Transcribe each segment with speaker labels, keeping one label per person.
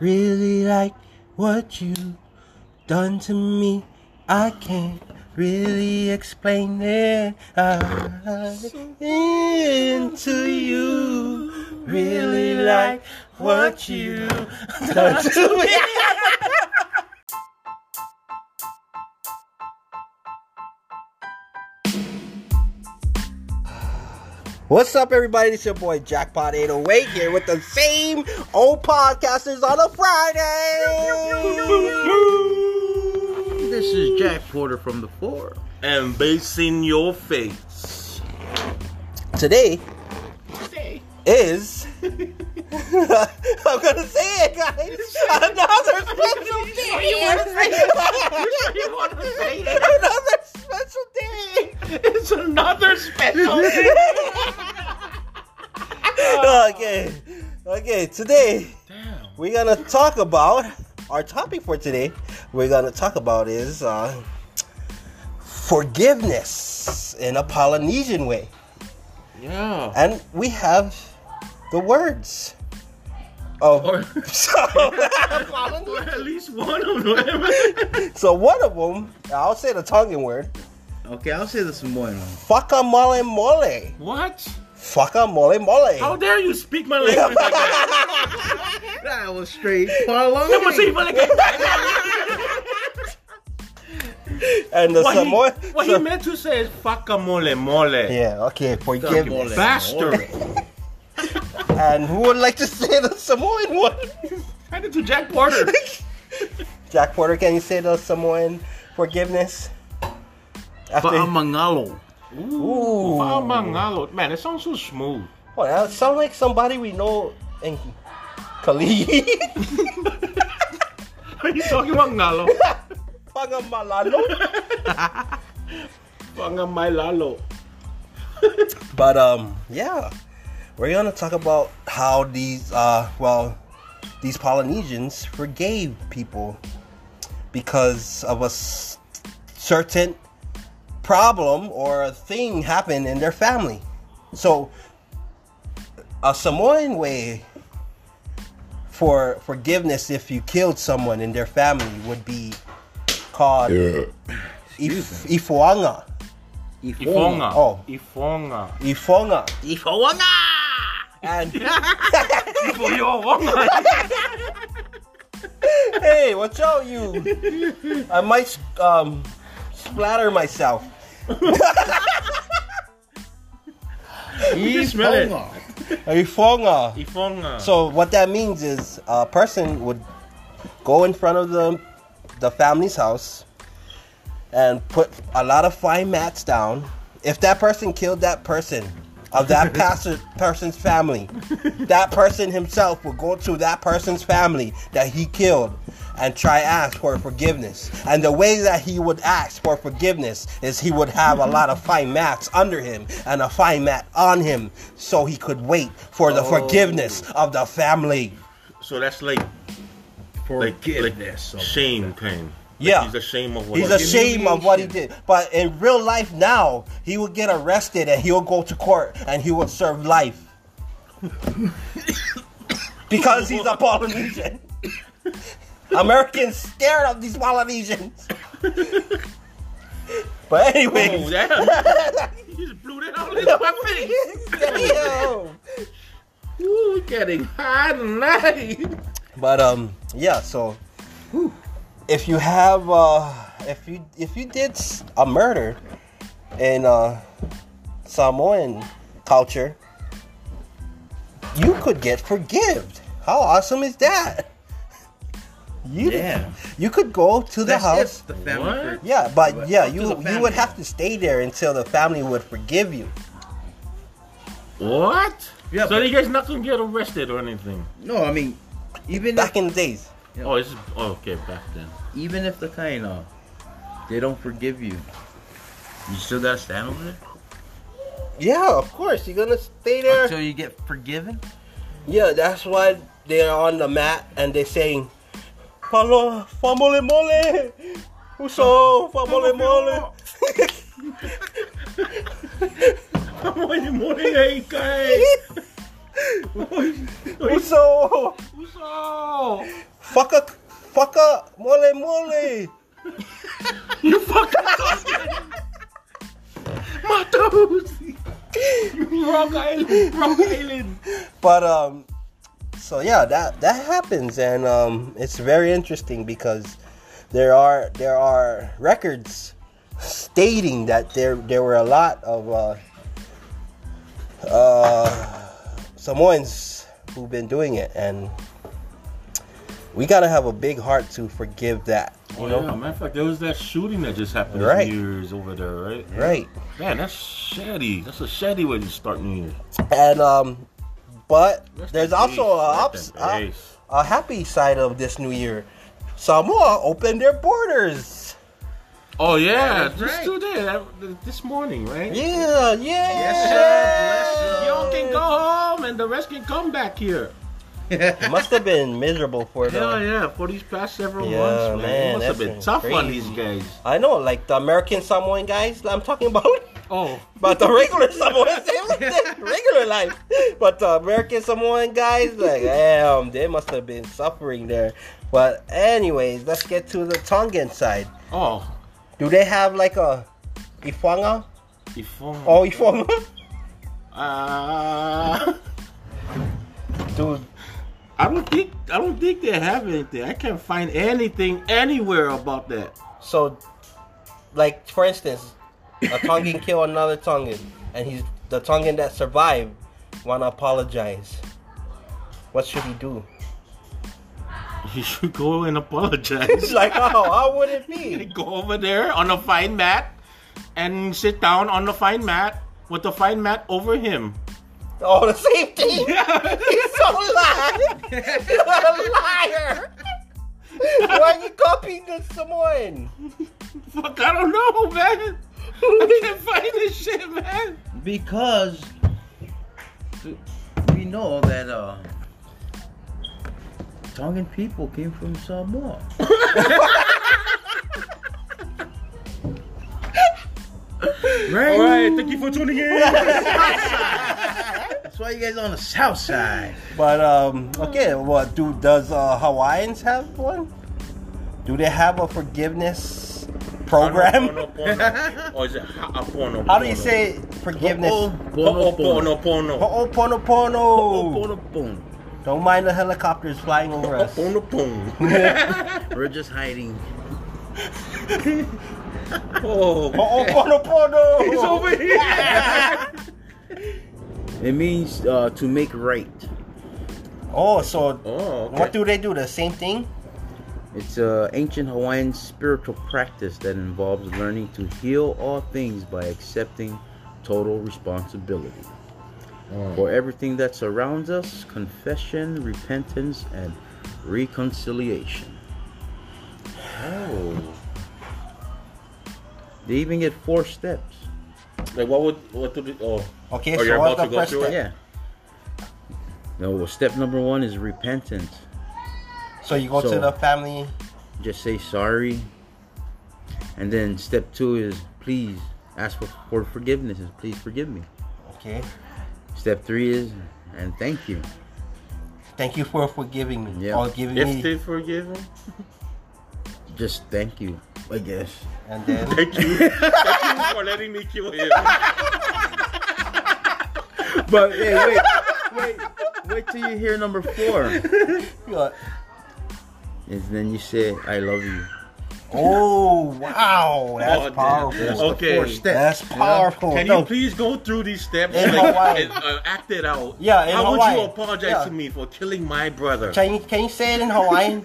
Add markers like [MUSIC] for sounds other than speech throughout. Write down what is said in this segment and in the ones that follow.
Speaker 1: really like what you done to me. I can't really explain it. I'm into you. Really like what you done to me. [LAUGHS] What's up, everybody? It's your boy Jackpot808 here with the same old podcasters on a Friday.
Speaker 2: This
Speaker 3: [LAUGHS]
Speaker 2: is Jack Porter from the floor.
Speaker 3: and basing your face.
Speaker 1: Today is. I'm gonna say it, guys. Another special day.
Speaker 2: You want to say
Speaker 1: [LAUGHS] Another special day.
Speaker 2: It's another [LAUGHS] special.
Speaker 1: okay, okay. Today we're gonna talk about our topic for today. We're gonna talk about is uh, forgiveness in a Polynesian way,
Speaker 2: yeah.
Speaker 1: and we have the words. Oh, of [LAUGHS]
Speaker 2: Or-
Speaker 1: so,
Speaker 2: Or at least one of them.
Speaker 1: so one of them, I'll say the Tongan word,
Speaker 2: [LAUGHS] okay, I'll say this one.
Speaker 1: faka mole mole,
Speaker 2: What?
Speaker 1: faka mole mole.
Speaker 3: How dare you speak my language like that?
Speaker 2: [LAUGHS] That was straight.
Speaker 3: Never say my language like that.
Speaker 1: and the
Speaker 3: What, he,
Speaker 1: Samoan,
Speaker 3: what he
Speaker 1: Sa-
Speaker 3: meant to say is "faka mole mole."
Speaker 1: [LAUGHS] yeah, okay, forgiveness.
Speaker 3: Bastard.
Speaker 1: And who would like to [LAUGHS] say the Samoan one?
Speaker 3: Hand it to Jack
Speaker 2: [LAUGHS]
Speaker 3: Porter.
Speaker 1: Jack Porter, can you say the Samoan forgiveness? After,
Speaker 2: Baamangalo.
Speaker 1: Ooh.
Speaker 3: Baamangalo. Man, it sounds so smooth. [LAUGHS]
Speaker 1: oh, that sounds like somebody we know in [LAUGHS] Kali.
Speaker 3: Are you talking about
Speaker 2: [LAUGHS]
Speaker 3: ngalo?
Speaker 1: Pangamalalo.
Speaker 3: Pangamailalo.
Speaker 1: But um, yeah, we're gonna talk about how these uh, well, these Polynesians forgave people because of a s- certain problem or a thing happened in their family. So, a Samoan way for forgiveness if you killed someone in their family would be called if, ifoanga.
Speaker 3: Ifonga.
Speaker 1: Oh.
Speaker 3: Ifonga.
Speaker 1: Ifonga.
Speaker 2: Ifowanga.
Speaker 1: And
Speaker 3: Ifonga.
Speaker 1: hey, watch out, you! I might um, splatter myself.
Speaker 3: You smell it.
Speaker 1: Ifonga.
Speaker 3: Ifonga.
Speaker 1: So what that means is a person would go in front of the the family's house and put a lot of fine mats down. If that person killed that person of that pastor, person's family, that person himself would go to that person's family that he killed and try ask for forgiveness. And the way that he would ask for forgiveness is he would have a lot of fine mats under him and a fine mat on him so he could wait for the forgiveness of the family.
Speaker 3: So that's like
Speaker 2: Forgiveness.
Speaker 3: shame pain.
Speaker 1: Yeah.
Speaker 3: He's ashamed of what
Speaker 1: He's
Speaker 3: he did.
Speaker 1: ashamed of what he did. But in real life now, he will get arrested and he'll go to court and he will
Speaker 3: [COUGHS]
Speaker 1: serve life. because he's a
Speaker 3: [COUGHS]
Speaker 1: Polynesian. Americans scared of these
Speaker 3: [COUGHS]
Speaker 1: Polynesians. but
Speaker 3: Oh,
Speaker 1: anyways.
Speaker 3: yeah. he just blew that all into my face.
Speaker 1: [LAUGHS] Damn.
Speaker 3: Ooh, getting hot tonight.
Speaker 1: But um, yeah. So if you have uh, if you if you did s- a murder in uh, Samoan culture, you could get forgived. How awesome is that? You
Speaker 2: Yeah.
Speaker 1: you could go to the
Speaker 2: That's
Speaker 1: house.
Speaker 2: it. The family.
Speaker 3: What?
Speaker 1: Yeah, but
Speaker 2: But
Speaker 1: yeah,
Speaker 2: up to
Speaker 1: you
Speaker 2: the
Speaker 1: you
Speaker 2: family.
Speaker 1: would have to stay there until the family would forgive you.
Speaker 3: What?
Speaker 2: Yeah,
Speaker 3: so
Speaker 2: but-
Speaker 3: you guys not gonna get arrested or anything?
Speaker 2: No, I mean, even if,
Speaker 1: Back in the days.
Speaker 2: Yeah.
Speaker 3: Oh, it's oh, okay back then.
Speaker 2: even if the kind of they don't forgive you, you still gotta stand
Speaker 3: [LAUGHS]
Speaker 2: over there
Speaker 1: Yeah, of course you're gonna stay there.
Speaker 2: until you get forgiven.
Speaker 1: Yeah, that's why they're on the mat and they're saying, Palo, famole mole, uso, famole mole.
Speaker 3: Come on, you morning, hey, guys.
Speaker 1: Uso!
Speaker 4: Uso!
Speaker 1: Fuck a, fuck a, mole mole!
Speaker 4: You fucking My toes! You rock island! Rock island!
Speaker 1: But um, so yeah, that that happens, and um, it's very interesting because there are there are records stating that there there were a lot of uh, uh, Samoans who've been doing it, and we gotta have a big heart to forgive that. You
Speaker 4: Oh,
Speaker 1: know,
Speaker 4: yeah, matter of fact, there was that shooting that just happened
Speaker 1: Right.
Speaker 4: New Year's over there, right?
Speaker 1: right?
Speaker 4: Man, that's shitty. That's a shitty way to start New Year's.
Speaker 1: And um, but
Speaker 4: Rest
Speaker 1: there's
Speaker 4: in
Speaker 1: also a,
Speaker 4: peace.
Speaker 1: ups,
Speaker 4: Rest in
Speaker 1: a,
Speaker 4: peace.
Speaker 1: a happy side of this new year. Samoa opened their borders.
Speaker 4: Oh yeah,
Speaker 2: That's
Speaker 4: just
Speaker 2: right.
Speaker 4: today, that- this morning, right?
Speaker 1: Yeah, yeah.
Speaker 2: Yes, sir. Bless
Speaker 4: Y'all can go home, and the rest can come back here.
Speaker 1: It must have been miserable for
Speaker 4: Hell
Speaker 1: them.
Speaker 4: yeah, for these past several
Speaker 1: Yeah,
Speaker 4: months, man,
Speaker 1: man,
Speaker 4: it must
Speaker 1: that's
Speaker 4: have been
Speaker 1: been
Speaker 4: tough on
Speaker 1: crazy.
Speaker 4: these guys.
Speaker 1: I know, like the American Samoan guys I'm talking about. [LAUGHS]
Speaker 4: Oh,
Speaker 1: But the regular Samoans, they live their regular life. But the American Samoan guys, like, damn, they must have been suffering there. But anyways, let's get to the Tongan side.
Speaker 4: oh,
Speaker 1: Do they have like a Ifanga?
Speaker 4: before.
Speaker 1: Oh, Ifoma?
Speaker 4: Uh,
Speaker 1: [LAUGHS] Dude,
Speaker 4: [LAUGHS] I don't think I don't think they have anything. I can't find anything anywhere about that. [LAUGHS]
Speaker 1: so, like, for instance, a Tongan kill another Tongan, and he's the Tongan that survived wanna apologize. What should he do?
Speaker 4: He should go and apologize.
Speaker 1: [LAUGHS] It's like, oh, how would it
Speaker 4: They
Speaker 1: be?
Speaker 4: [LAUGHS] go over there on a fine mat and sit down on the fine mat with the fine mat over him.
Speaker 1: Oh, the same thing. [LAUGHS] He's so lying. [LAUGHS] You're a liar. [LAUGHS] Why are you copying the Samoan?
Speaker 4: Fuck, I don't know, man. I can't find this shit, man.
Speaker 2: because we know that uh, Tongan people came from Samoa. [LAUGHS] right?
Speaker 4: thank you for tuning in.
Speaker 2: That's why you guys on the south side.
Speaker 1: But um, okay. What do does uh, Hawaiians have one? Do they have a forgiveness program?
Speaker 4: Or is it Ha'apono?
Speaker 1: How do you say forgiveness?
Speaker 4: Oh,
Speaker 2: Ho'opono-
Speaker 4: Ha'apono.
Speaker 1: Ho'oponopono.
Speaker 2: ho'oponopono.
Speaker 1: Don't mind the helicopters flying over us. [LAUGHS]
Speaker 2: We're just hiding.
Speaker 4: Oh,
Speaker 1: Ho'oponopono.
Speaker 4: he's over here.
Speaker 2: It means uh, to make right.
Speaker 1: Oh, so
Speaker 4: Oh, okay.
Speaker 1: what do they do? The same thing?
Speaker 2: It's an ancient Hawaiian spiritual practice that involves learning to heal all things by accepting total responsibility for everything that surrounds us, confession, repentance, and reconciliation.
Speaker 4: Oh.
Speaker 2: They even get four steps.
Speaker 4: Like what would what do the oh
Speaker 1: Okay,
Speaker 4: Oh,
Speaker 1: so
Speaker 4: you're
Speaker 1: what's the
Speaker 4: about to go
Speaker 1: first
Speaker 4: through it?
Speaker 1: step?
Speaker 2: Yeah. No, well, step number one is repentance.
Speaker 1: So you go to
Speaker 2: So-
Speaker 1: the family.
Speaker 2: Just say sorry. And then step two is please ask for, for forgiveness and please forgive me.
Speaker 1: Okay.
Speaker 2: Step three is and thank you.
Speaker 1: Thank you for forgiving me.
Speaker 2: Yeah.
Speaker 1: Or giving me.
Speaker 4: if they forgive him?
Speaker 2: Just thank you, I guess. [LAUGHS]
Speaker 1: And then. [LAUGHS]
Speaker 4: Thank you. Thank you for letting me kill him.
Speaker 2: But hey, wait, wait, wait till you hear number four. And then you say, I love you.
Speaker 1: Oh, wow. That's
Speaker 4: Oh, damn.
Speaker 1: powerful.
Speaker 2: That's
Speaker 4: Okay.
Speaker 2: the four steps.
Speaker 1: That's powerful.
Speaker 4: Can
Speaker 1: Oh, No.
Speaker 4: you please go through these steps
Speaker 1: In
Speaker 4: like,
Speaker 1: Hawaii.
Speaker 4: and uh, act it out?
Speaker 1: Yeah, in
Speaker 4: How would
Speaker 1: Hawaii.
Speaker 4: you apologize
Speaker 1: Yeah.
Speaker 4: to me for killing my brother?
Speaker 1: Can you, can you say it in Hawaiian?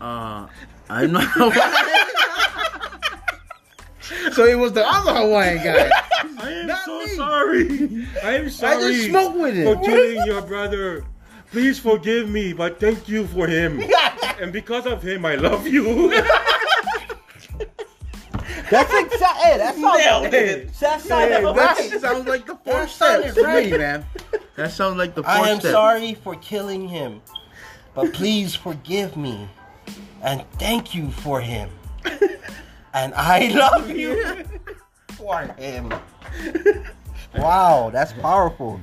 Speaker 2: Uh, I'm not Hawaiian. so it was the other Hawaiian guy.
Speaker 4: I am
Speaker 2: Not
Speaker 4: so
Speaker 2: me.
Speaker 4: sorry. I am sorry.
Speaker 2: smoked with it.
Speaker 4: for killing your brother. Please forgive me, but thank you
Speaker 1: [LAUGHS]
Speaker 4: for him. and because of him, I love you.
Speaker 1: That's exactly. That sounds
Speaker 4: Nailed it.
Speaker 1: That sounded right.
Speaker 2: sounds like the
Speaker 1: That sounded right.
Speaker 2: man. That sounds like the four
Speaker 1: I am
Speaker 2: steps.
Speaker 1: sorry for killing him, but please forgive me, and thank you for him, and I love you for him. Wow, that's powerful.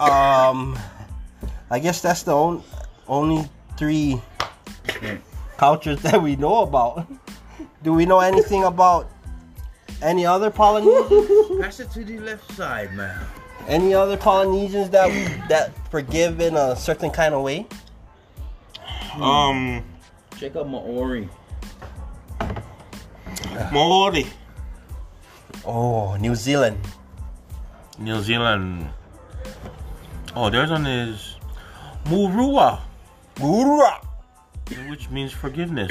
Speaker 1: Um, I guess that's the on, only three cultures that we know about. Do we know anything about any other Polynesians?
Speaker 2: Pass it to the left side, man.
Speaker 1: Any other Polynesians that that forgive in a certain kind of way?
Speaker 4: Um,
Speaker 2: Check out Maori.
Speaker 4: Maori,
Speaker 1: Oh, New Zealand.
Speaker 4: New Zealand. Oh, there's one is Murua,
Speaker 1: Hoorah!
Speaker 4: which
Speaker 1: [COUGHS]
Speaker 4: means forgiveness.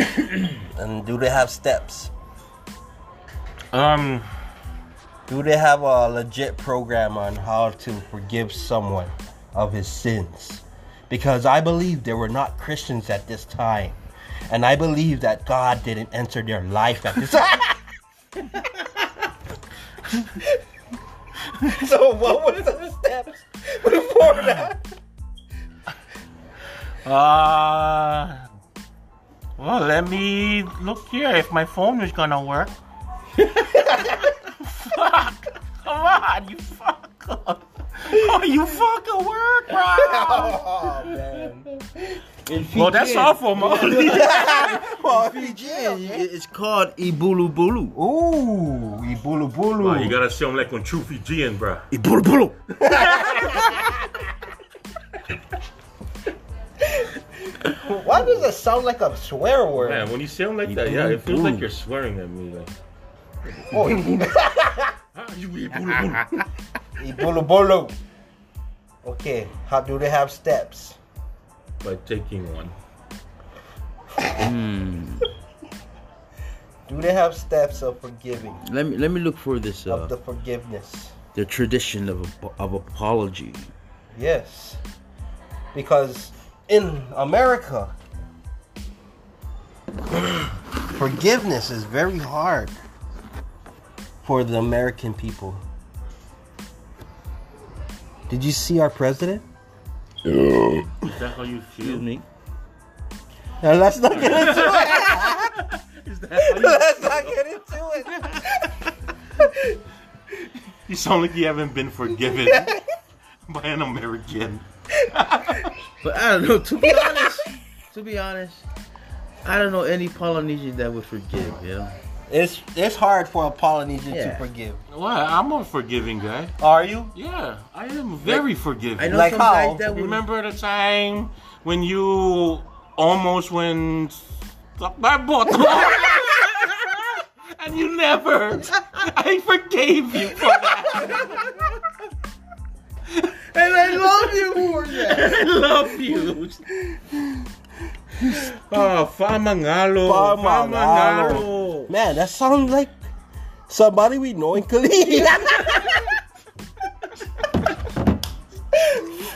Speaker 1: And do they have steps?
Speaker 4: um,
Speaker 1: Do they have a legit program on how to forgive someone of his sins? Because I believe they were not Christians at this time. And I believe that God didn't enter their life at this time. [LAUGHS] so what was the steps before that?
Speaker 4: uh, well, let me look here if my phone is gonna [LAUGHS] work. fuck! Come on, you fuck! Oh, you fucking work, [LAUGHS] bro!
Speaker 1: [LAUGHS] Oh man.
Speaker 4: well, that's awful, [LAUGHS] Molly.
Speaker 1: Well, Fiji.
Speaker 2: It's called Ibulu Bulu.
Speaker 1: Ooh, Ibulu Bulu.
Speaker 3: Wow, you gotta show them like on true Fijian, bruh.
Speaker 2: Ibulu Bulu.
Speaker 1: Why does it sound like a swear word?
Speaker 3: Man, when you sound like that, yeah, it feels like you're swearing at me.
Speaker 4: [LAUGHS]
Speaker 3: Like,
Speaker 1: Oh,
Speaker 3: ah, you Ibulu Bulu.
Speaker 1: Ibolo Bolo. Okay, how do they have steps?
Speaker 3: By taking one.
Speaker 1: [LAUGHS] Do they have steps of forgiving?
Speaker 2: Let me let me look for this. Uh,
Speaker 1: Of the forgiveness?
Speaker 2: the tradition of ap- of apology.
Speaker 1: Yes. Because in America, [SIGHS] forgiveness is very hard for the American people. Did you see our president?
Speaker 3: Is that how you
Speaker 2: Excuse
Speaker 3: feel?
Speaker 2: me.
Speaker 1: Now, let's not get into it.
Speaker 3: [LAUGHS] Is that how you
Speaker 1: Let's not get into it.
Speaker 4: You sound like you haven't been [LAUGHS] forgiven by an American.
Speaker 2: But I don't know. To be honest, to be honest, I don't know any Polynesian that would forgive. Yeah.
Speaker 1: It's it's hard for a Polynesian
Speaker 2: Yeah.
Speaker 1: to forgive.
Speaker 4: Well, I'm a forgiving guy.
Speaker 1: Are you?
Speaker 4: Yeah, I am very forgiving.
Speaker 2: I know
Speaker 1: Like
Speaker 2: some
Speaker 1: how?
Speaker 2: guys that would. [LAUGHS]
Speaker 4: Remember the time when you almost went up my bottle? [LAUGHS] and you never. I forgave you for that.
Speaker 2: And I love you for that.
Speaker 4: I love you.
Speaker 3: Oh, Famangalo.
Speaker 1: Famangalo. Man, that sounds like somebody we know in Cali. [LAUGHS]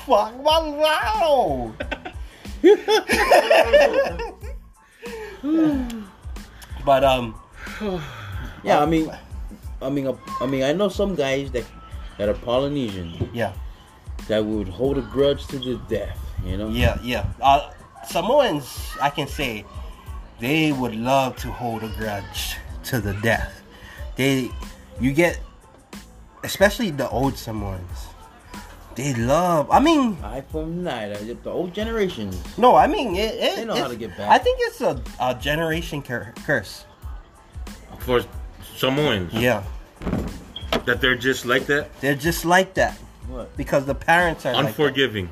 Speaker 1: Fuck wow. [LAUGHS] but um
Speaker 2: Yeah, I mean, I mean, uh, I- I mean, I know some guys that that are Polynesian
Speaker 1: yeah,
Speaker 2: that would hold a grudge to the death. You know.
Speaker 1: yeah, yeah. Uh, Samoans I can say they would love to hold a grudge to the death. They you get especially the old Samoans. They love I mean
Speaker 2: I from night. I- The old generations.
Speaker 1: No, I mean it. it
Speaker 2: They know
Speaker 1: it's-
Speaker 2: how to get back.
Speaker 1: I think it's a, a generation cur- curse.
Speaker 3: For Samoans,
Speaker 1: Yeah,
Speaker 3: that they're just like that,
Speaker 1: they're just like that
Speaker 2: What?
Speaker 1: because the parents are like that.
Speaker 3: unforgiving.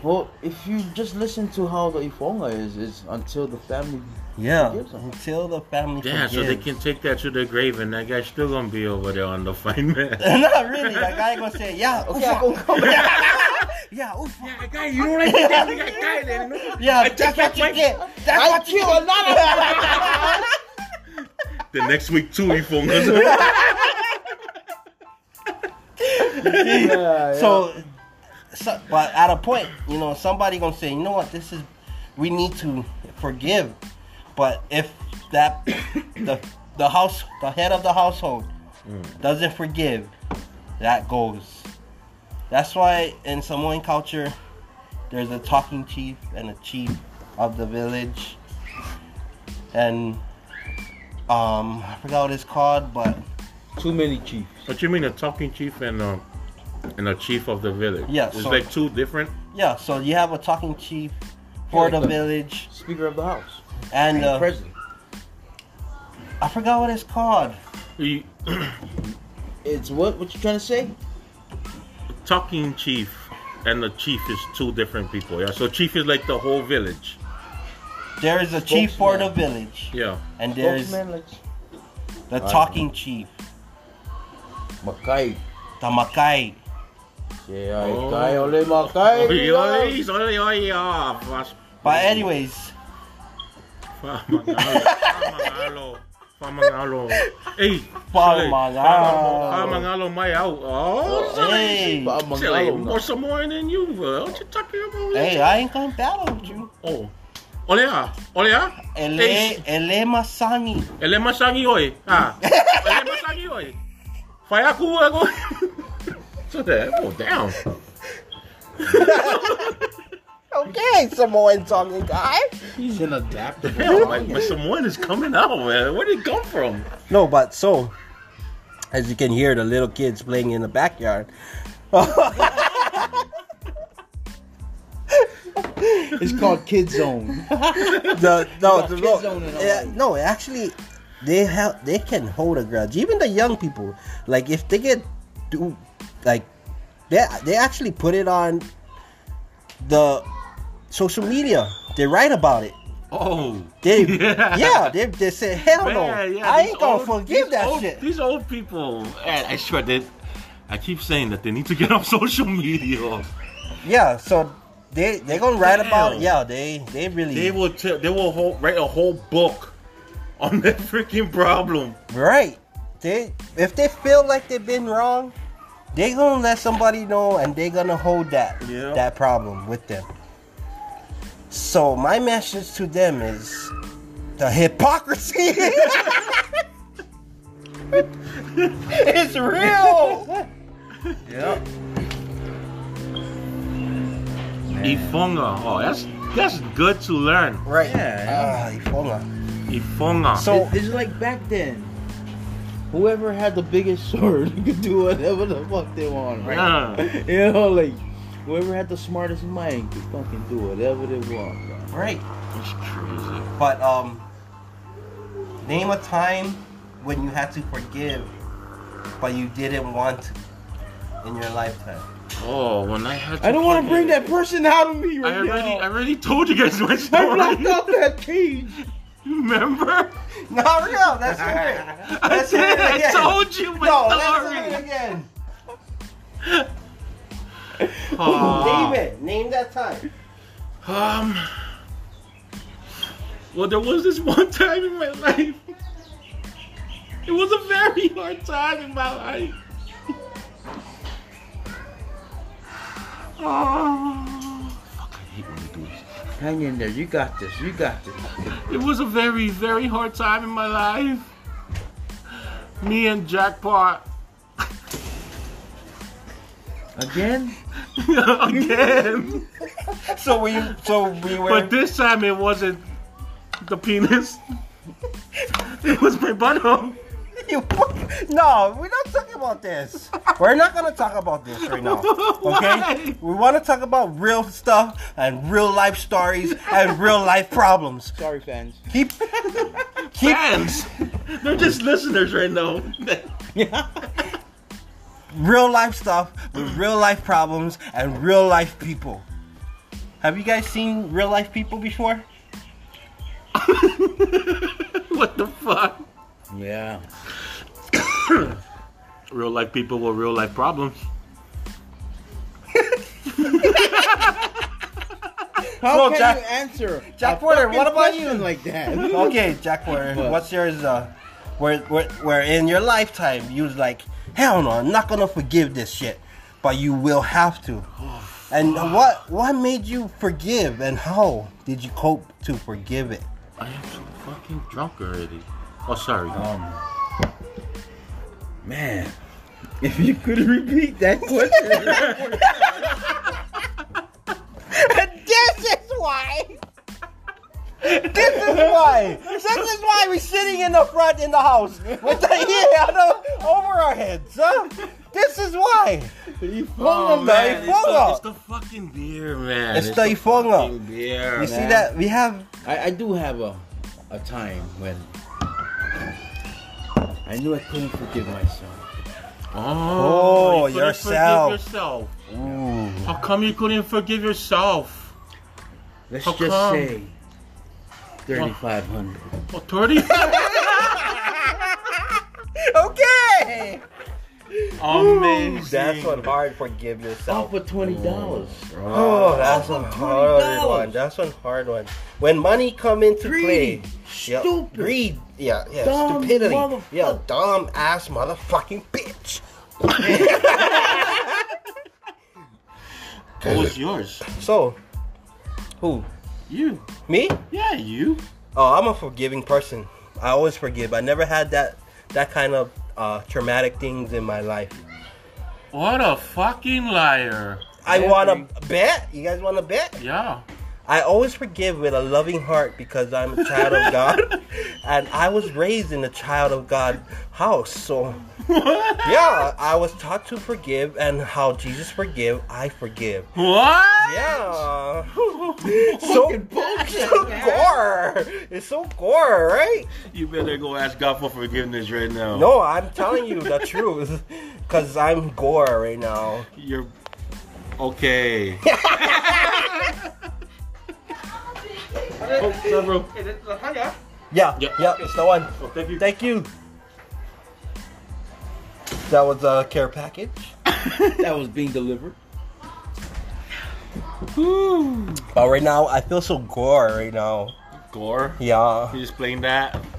Speaker 2: Well, if you just listen to how the Ifonga is, it's until the family.
Speaker 1: Yeah,
Speaker 2: Forgives them.
Speaker 1: until the family.
Speaker 3: Damn, so they can
Speaker 1: forgives.
Speaker 3: take that to their grave, and that guy's still gonna be over there on the fine [LAUGHS] man.
Speaker 1: [LAUGHS] Not really. That guy gonna say, yeah, oofa.
Speaker 2: Okay, I gonna [LAUGHS] come
Speaker 1: yeah, oofa.
Speaker 3: That guy, you know what I think? That guy, then.
Speaker 1: yeah. That's what you get. That's what you get.
Speaker 3: The next week, too, he phone [LAUGHS] us.
Speaker 1: So, so, but at a point, you know, somebody gonna say, you know what, this is, we need to forgive. But if that [COUGHS] the the house the head of the household
Speaker 2: Mm.
Speaker 1: doesn't forgive, that goes. That's why in Samoan culture, there's a talking chief and a chief of the village, and um, I forgot what it's called, but
Speaker 2: Too many chiefs.
Speaker 3: What you mean, a talking chief and um,
Speaker 4: and a chief of the village.
Speaker 1: Yeah,
Speaker 4: It's
Speaker 1: so-
Speaker 4: like two different.
Speaker 1: Yeah, so you have a talking chief for
Speaker 2: Yeah,
Speaker 1: the
Speaker 2: like the-
Speaker 1: village
Speaker 2: Speaker of the House.
Speaker 1: and
Speaker 2: And
Speaker 1: uh,
Speaker 2: president.
Speaker 1: I forgot what it's called.
Speaker 4: You-
Speaker 2: It's what? What you trying to say?
Speaker 4: [CLEARS THROAT] talking chief and the chief is two different people. Yeah. So chief is like the whole village.
Speaker 1: There is a chief for the
Speaker 2: Spokesman.
Speaker 1: village,
Speaker 4: Yeah.
Speaker 1: and there's
Speaker 2: Spokesman, like
Speaker 1: the talking chief,
Speaker 2: Makai.
Speaker 1: the Makai.
Speaker 2: Yeah,
Speaker 4: Oh.
Speaker 2: Kai, ole Makai.
Speaker 4: Oi,
Speaker 2: yeah.
Speaker 4: oi, oi, oi, ah, fas-
Speaker 1: But anyways,
Speaker 4: Famangalo, famangalo, famangalo. Hey,
Speaker 1: Famangalo.
Speaker 4: famangalo, my out. Oh,
Speaker 1: hey,
Speaker 2: Ba-
Speaker 4: silly,
Speaker 2: Mangalo,
Speaker 4: more some more than you. uh, What you talking about?
Speaker 1: hey, I ain't gonna battle with you.
Speaker 4: Oh, olea, olea.
Speaker 1: Ele, ele masangi.
Speaker 4: ele masangi oi. [LAUGHS] Ah, ele masangi oi. Fire cool [LAUGHS] ago. So that oh damn.
Speaker 1: Okay, Samoan talking guy.
Speaker 2: He's an adaptable.
Speaker 4: Damn, like my Samoan is coming out, man. Where did it come from?
Speaker 1: No, but so, as you can hear, the little kids playing in the backyard. [LAUGHS] Oh,
Speaker 2: it's called Kid Zone.
Speaker 1: the no,
Speaker 2: got
Speaker 1: the,
Speaker 2: kids
Speaker 1: no,
Speaker 2: zoning
Speaker 1: yeah,
Speaker 2: already.
Speaker 1: no, actually, they have they can hold a grudge. Even the young people, like if they get do like they they actually put it on the social media. They write about it.
Speaker 4: Oh. [LAUGHS]
Speaker 1: They yeah, they they say hell no,
Speaker 4: Man, yeah,
Speaker 1: I
Speaker 4: these
Speaker 1: ain't gonna
Speaker 4: old-
Speaker 1: forgive
Speaker 4: these
Speaker 1: that
Speaker 4: old-
Speaker 1: shit.
Speaker 4: These old people, man, I swear they. I keep saying that they need to get off [LAUGHS] social media.
Speaker 1: Yeah, so they they gonna write about it.
Speaker 4: Damn.
Speaker 1: Yeah, they they really
Speaker 4: They will. T- they will whole, write a whole book on that freaking problem.
Speaker 1: Right. They if they feel like they've been wrong, they gonna let somebody know and they gonna hold that
Speaker 4: Yeah.
Speaker 1: that problem with them. So my message to them is the hypocrisy It's
Speaker 4: [LAUGHS]
Speaker 1: real.
Speaker 2: yep.
Speaker 4: Ifonga. Oh, that's that's good to learn.
Speaker 1: Right.
Speaker 2: Yeah.
Speaker 1: Ah, Ifonga.
Speaker 4: Ifonga.
Speaker 1: So
Speaker 2: it's like back then. Whoever had the biggest [LAUGHS] sword could do whatever the fuck they want, right?
Speaker 4: Yeah.
Speaker 2: [LAUGHS] You know, like whoever had the smartest mind could fucking do whatever they want, bro.
Speaker 1: right.
Speaker 4: that's crazy.
Speaker 1: But um name a time when you had to forgive but you didn't want to in your
Speaker 4: [LAUGHS]
Speaker 1: lifetime.
Speaker 4: Oh, when I had. To
Speaker 2: I don't want to bring
Speaker 4: forget-
Speaker 2: that person out of me right
Speaker 4: I already, I
Speaker 2: now.
Speaker 4: already told you guys my
Speaker 2: I,
Speaker 4: story.
Speaker 2: blocked
Speaker 4: [LAUGHS]
Speaker 2: out that page.
Speaker 4: Remember?
Speaker 1: Not real.
Speaker 4: [LAUGHS]
Speaker 1: That's right. Let's hear it
Speaker 4: I
Speaker 1: again.
Speaker 4: told you my
Speaker 1: No,
Speaker 4: story.
Speaker 1: let's hear it again.
Speaker 4: Oh.
Speaker 1: [LAUGHS] Name it. Name that time.
Speaker 4: Um. Well, there was this [LAUGHS] one time in my life. It was a very hard time in my life. [LAUGHS] oh, fuck, I hate when you do this.
Speaker 2: Hang in there. You got this. You got this.
Speaker 4: It was a very, very hard time in my life. Me and Jackpot
Speaker 2: Again?
Speaker 4: [LAUGHS] again.
Speaker 1: [LAUGHS] So we, so we were.
Speaker 4: But this time it wasn't the penis, it was my butthole.
Speaker 1: [LAUGHS] you, no, we're not talking about this. We're not gonna talk about this right now. Okay?
Speaker 4: [LAUGHS] Why?
Speaker 1: We want to talk about real stuff and real life stories and real life problems.
Speaker 2: Sorry, fans.
Speaker 1: Keep, keep.
Speaker 4: fans. [LAUGHS] They're just listeners right now. [LAUGHS]
Speaker 1: real life stuff with real life problems and real life people. Have you guys seen real life people before?
Speaker 4: what the fuck?
Speaker 2: Yeah.
Speaker 4: Real life people with real life problems.
Speaker 2: How
Speaker 1: Well,
Speaker 2: can
Speaker 1: Jack-
Speaker 2: you answer?
Speaker 1: Jack
Speaker 2: a
Speaker 1: Porter,
Speaker 2: fucking
Speaker 1: what about
Speaker 2: question
Speaker 1: you?
Speaker 2: Like that.
Speaker 1: [LAUGHS]
Speaker 2: [LAUGHS]
Speaker 1: Okay, Jack Warren,
Speaker 2: What?
Speaker 1: what's yours? Uh, where, where, where in your lifetime you was like, hell no, I'm not gonna forgive this shit, but you will have to. And what what made you forgive, and how did you cope to forgive it?
Speaker 4: I am so fucking drunk already. Oh, sorry.
Speaker 2: Um, man, if you could repeat that question,
Speaker 1: this is why. [LAUGHS] This is why. This is why we're sitting in the front [LAUGHS] in the house with the hair out of, over our heads, huh? This is why. Ifonga, man.
Speaker 4: it's, the, it's
Speaker 1: Ifonga.
Speaker 4: the fucking beer, man.
Speaker 1: It's the Ifonga.
Speaker 4: fucking beer,
Speaker 1: You see
Speaker 4: man.
Speaker 1: that? We have.
Speaker 2: [LAUGHS] I, I do have a a time when I knew I couldn't forgive myself.
Speaker 1: Oh,
Speaker 4: Oh, you couldn't
Speaker 1: yourself.
Speaker 4: Forgive yourself.
Speaker 1: Ooh.
Speaker 4: How come you couldn't forgive yourself?
Speaker 2: Let's
Speaker 4: How
Speaker 2: just
Speaker 4: come?
Speaker 2: say thirty-five hundred.
Speaker 1: [LAUGHS]
Speaker 4: Oh, 30?
Speaker 1: [LAUGHS] Okay.
Speaker 4: Amazing.
Speaker 1: That's what hard forgive
Speaker 2: All
Speaker 1: yourself.
Speaker 2: for twenty dollars.
Speaker 1: Oh, that's a hard
Speaker 2: $20.
Speaker 1: one. That's one hard one. When money come into
Speaker 2: Greedy.
Speaker 1: play. Yep.
Speaker 2: Stupid.
Speaker 1: Greed. Yeah, yeah.
Speaker 2: Dumb
Speaker 1: Stupidity.
Speaker 2: motherfucker.
Speaker 1: Yeah, dumb ass motherfucking bitch.
Speaker 4: What was yours?
Speaker 1: So, who?
Speaker 4: You.
Speaker 1: Me?
Speaker 4: Yeah, you.
Speaker 1: Oh, I'm a forgiving person. I always forgive. I never had that that kind of uh, traumatic things in my life.
Speaker 4: What a fucking liar.
Speaker 1: I wanna bet. You guys wanna bet?
Speaker 4: Yeah.
Speaker 1: I always forgive with a loving heart because I'm a child of God, and I was raised in a child of God house. So, yeah, I was taught to forgive, and how Jesus forgive, I forgive.
Speaker 4: What?
Speaker 1: Yeah, so so gore. It's so gore, right?
Speaker 4: You better go ask God for forgiveness right now.
Speaker 1: No, I'm telling you the truth, cause I'm gore right now.
Speaker 4: You're
Speaker 1: [LAUGHS]
Speaker 4: okay. oh, no, bro.
Speaker 1: Yeah,
Speaker 4: Yeah.
Speaker 1: yeah, it's the one.
Speaker 4: Oh, thank you.
Speaker 1: Thank you. That was a care package.
Speaker 2: [LAUGHS] That was being delivered.
Speaker 1: But right now, I feel so gore right now.
Speaker 4: Gore.
Speaker 1: Yeah.
Speaker 4: Can you explain that? [LAUGHS]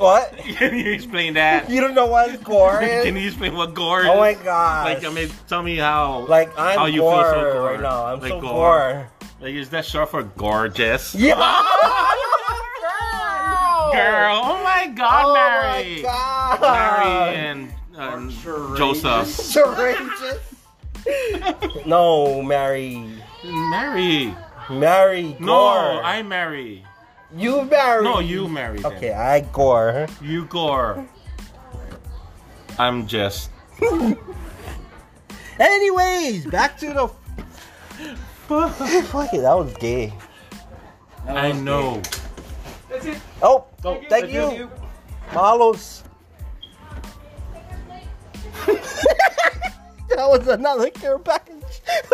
Speaker 1: What?
Speaker 4: Can you explain that?
Speaker 1: You don't know what gore
Speaker 4: [LAUGHS] Can
Speaker 1: is?
Speaker 4: you explain what gore is?
Speaker 1: Oh my god.
Speaker 4: Like, I mean, tell me how.
Speaker 1: like I'm
Speaker 4: how you
Speaker 1: gore
Speaker 4: feel so gore.
Speaker 1: right now. I'm
Speaker 4: Like
Speaker 1: so gore.
Speaker 4: gore. Like, is that short for gorgeous? [LAUGHS]
Speaker 1: Yeah.
Speaker 4: Girl, oh my God,
Speaker 1: Oh
Speaker 4: Mary,
Speaker 1: my god.
Speaker 4: Mary [LAUGHS] and um, Joseph,
Speaker 1: Syringes. no, Mary.
Speaker 4: Mary.
Speaker 1: Mary. Gore.
Speaker 4: No, I marry.
Speaker 1: You Mary.
Speaker 4: No, you marry. them.
Speaker 1: Okay, I gore.
Speaker 4: You gore. I'm just
Speaker 1: Anyways, [LAUGHS] back to the. Fuck it, that was gay.
Speaker 4: I know.
Speaker 1: Oh, thank you.
Speaker 4: [LAUGHS]
Speaker 1: Malos. [LAUGHS] that was another care package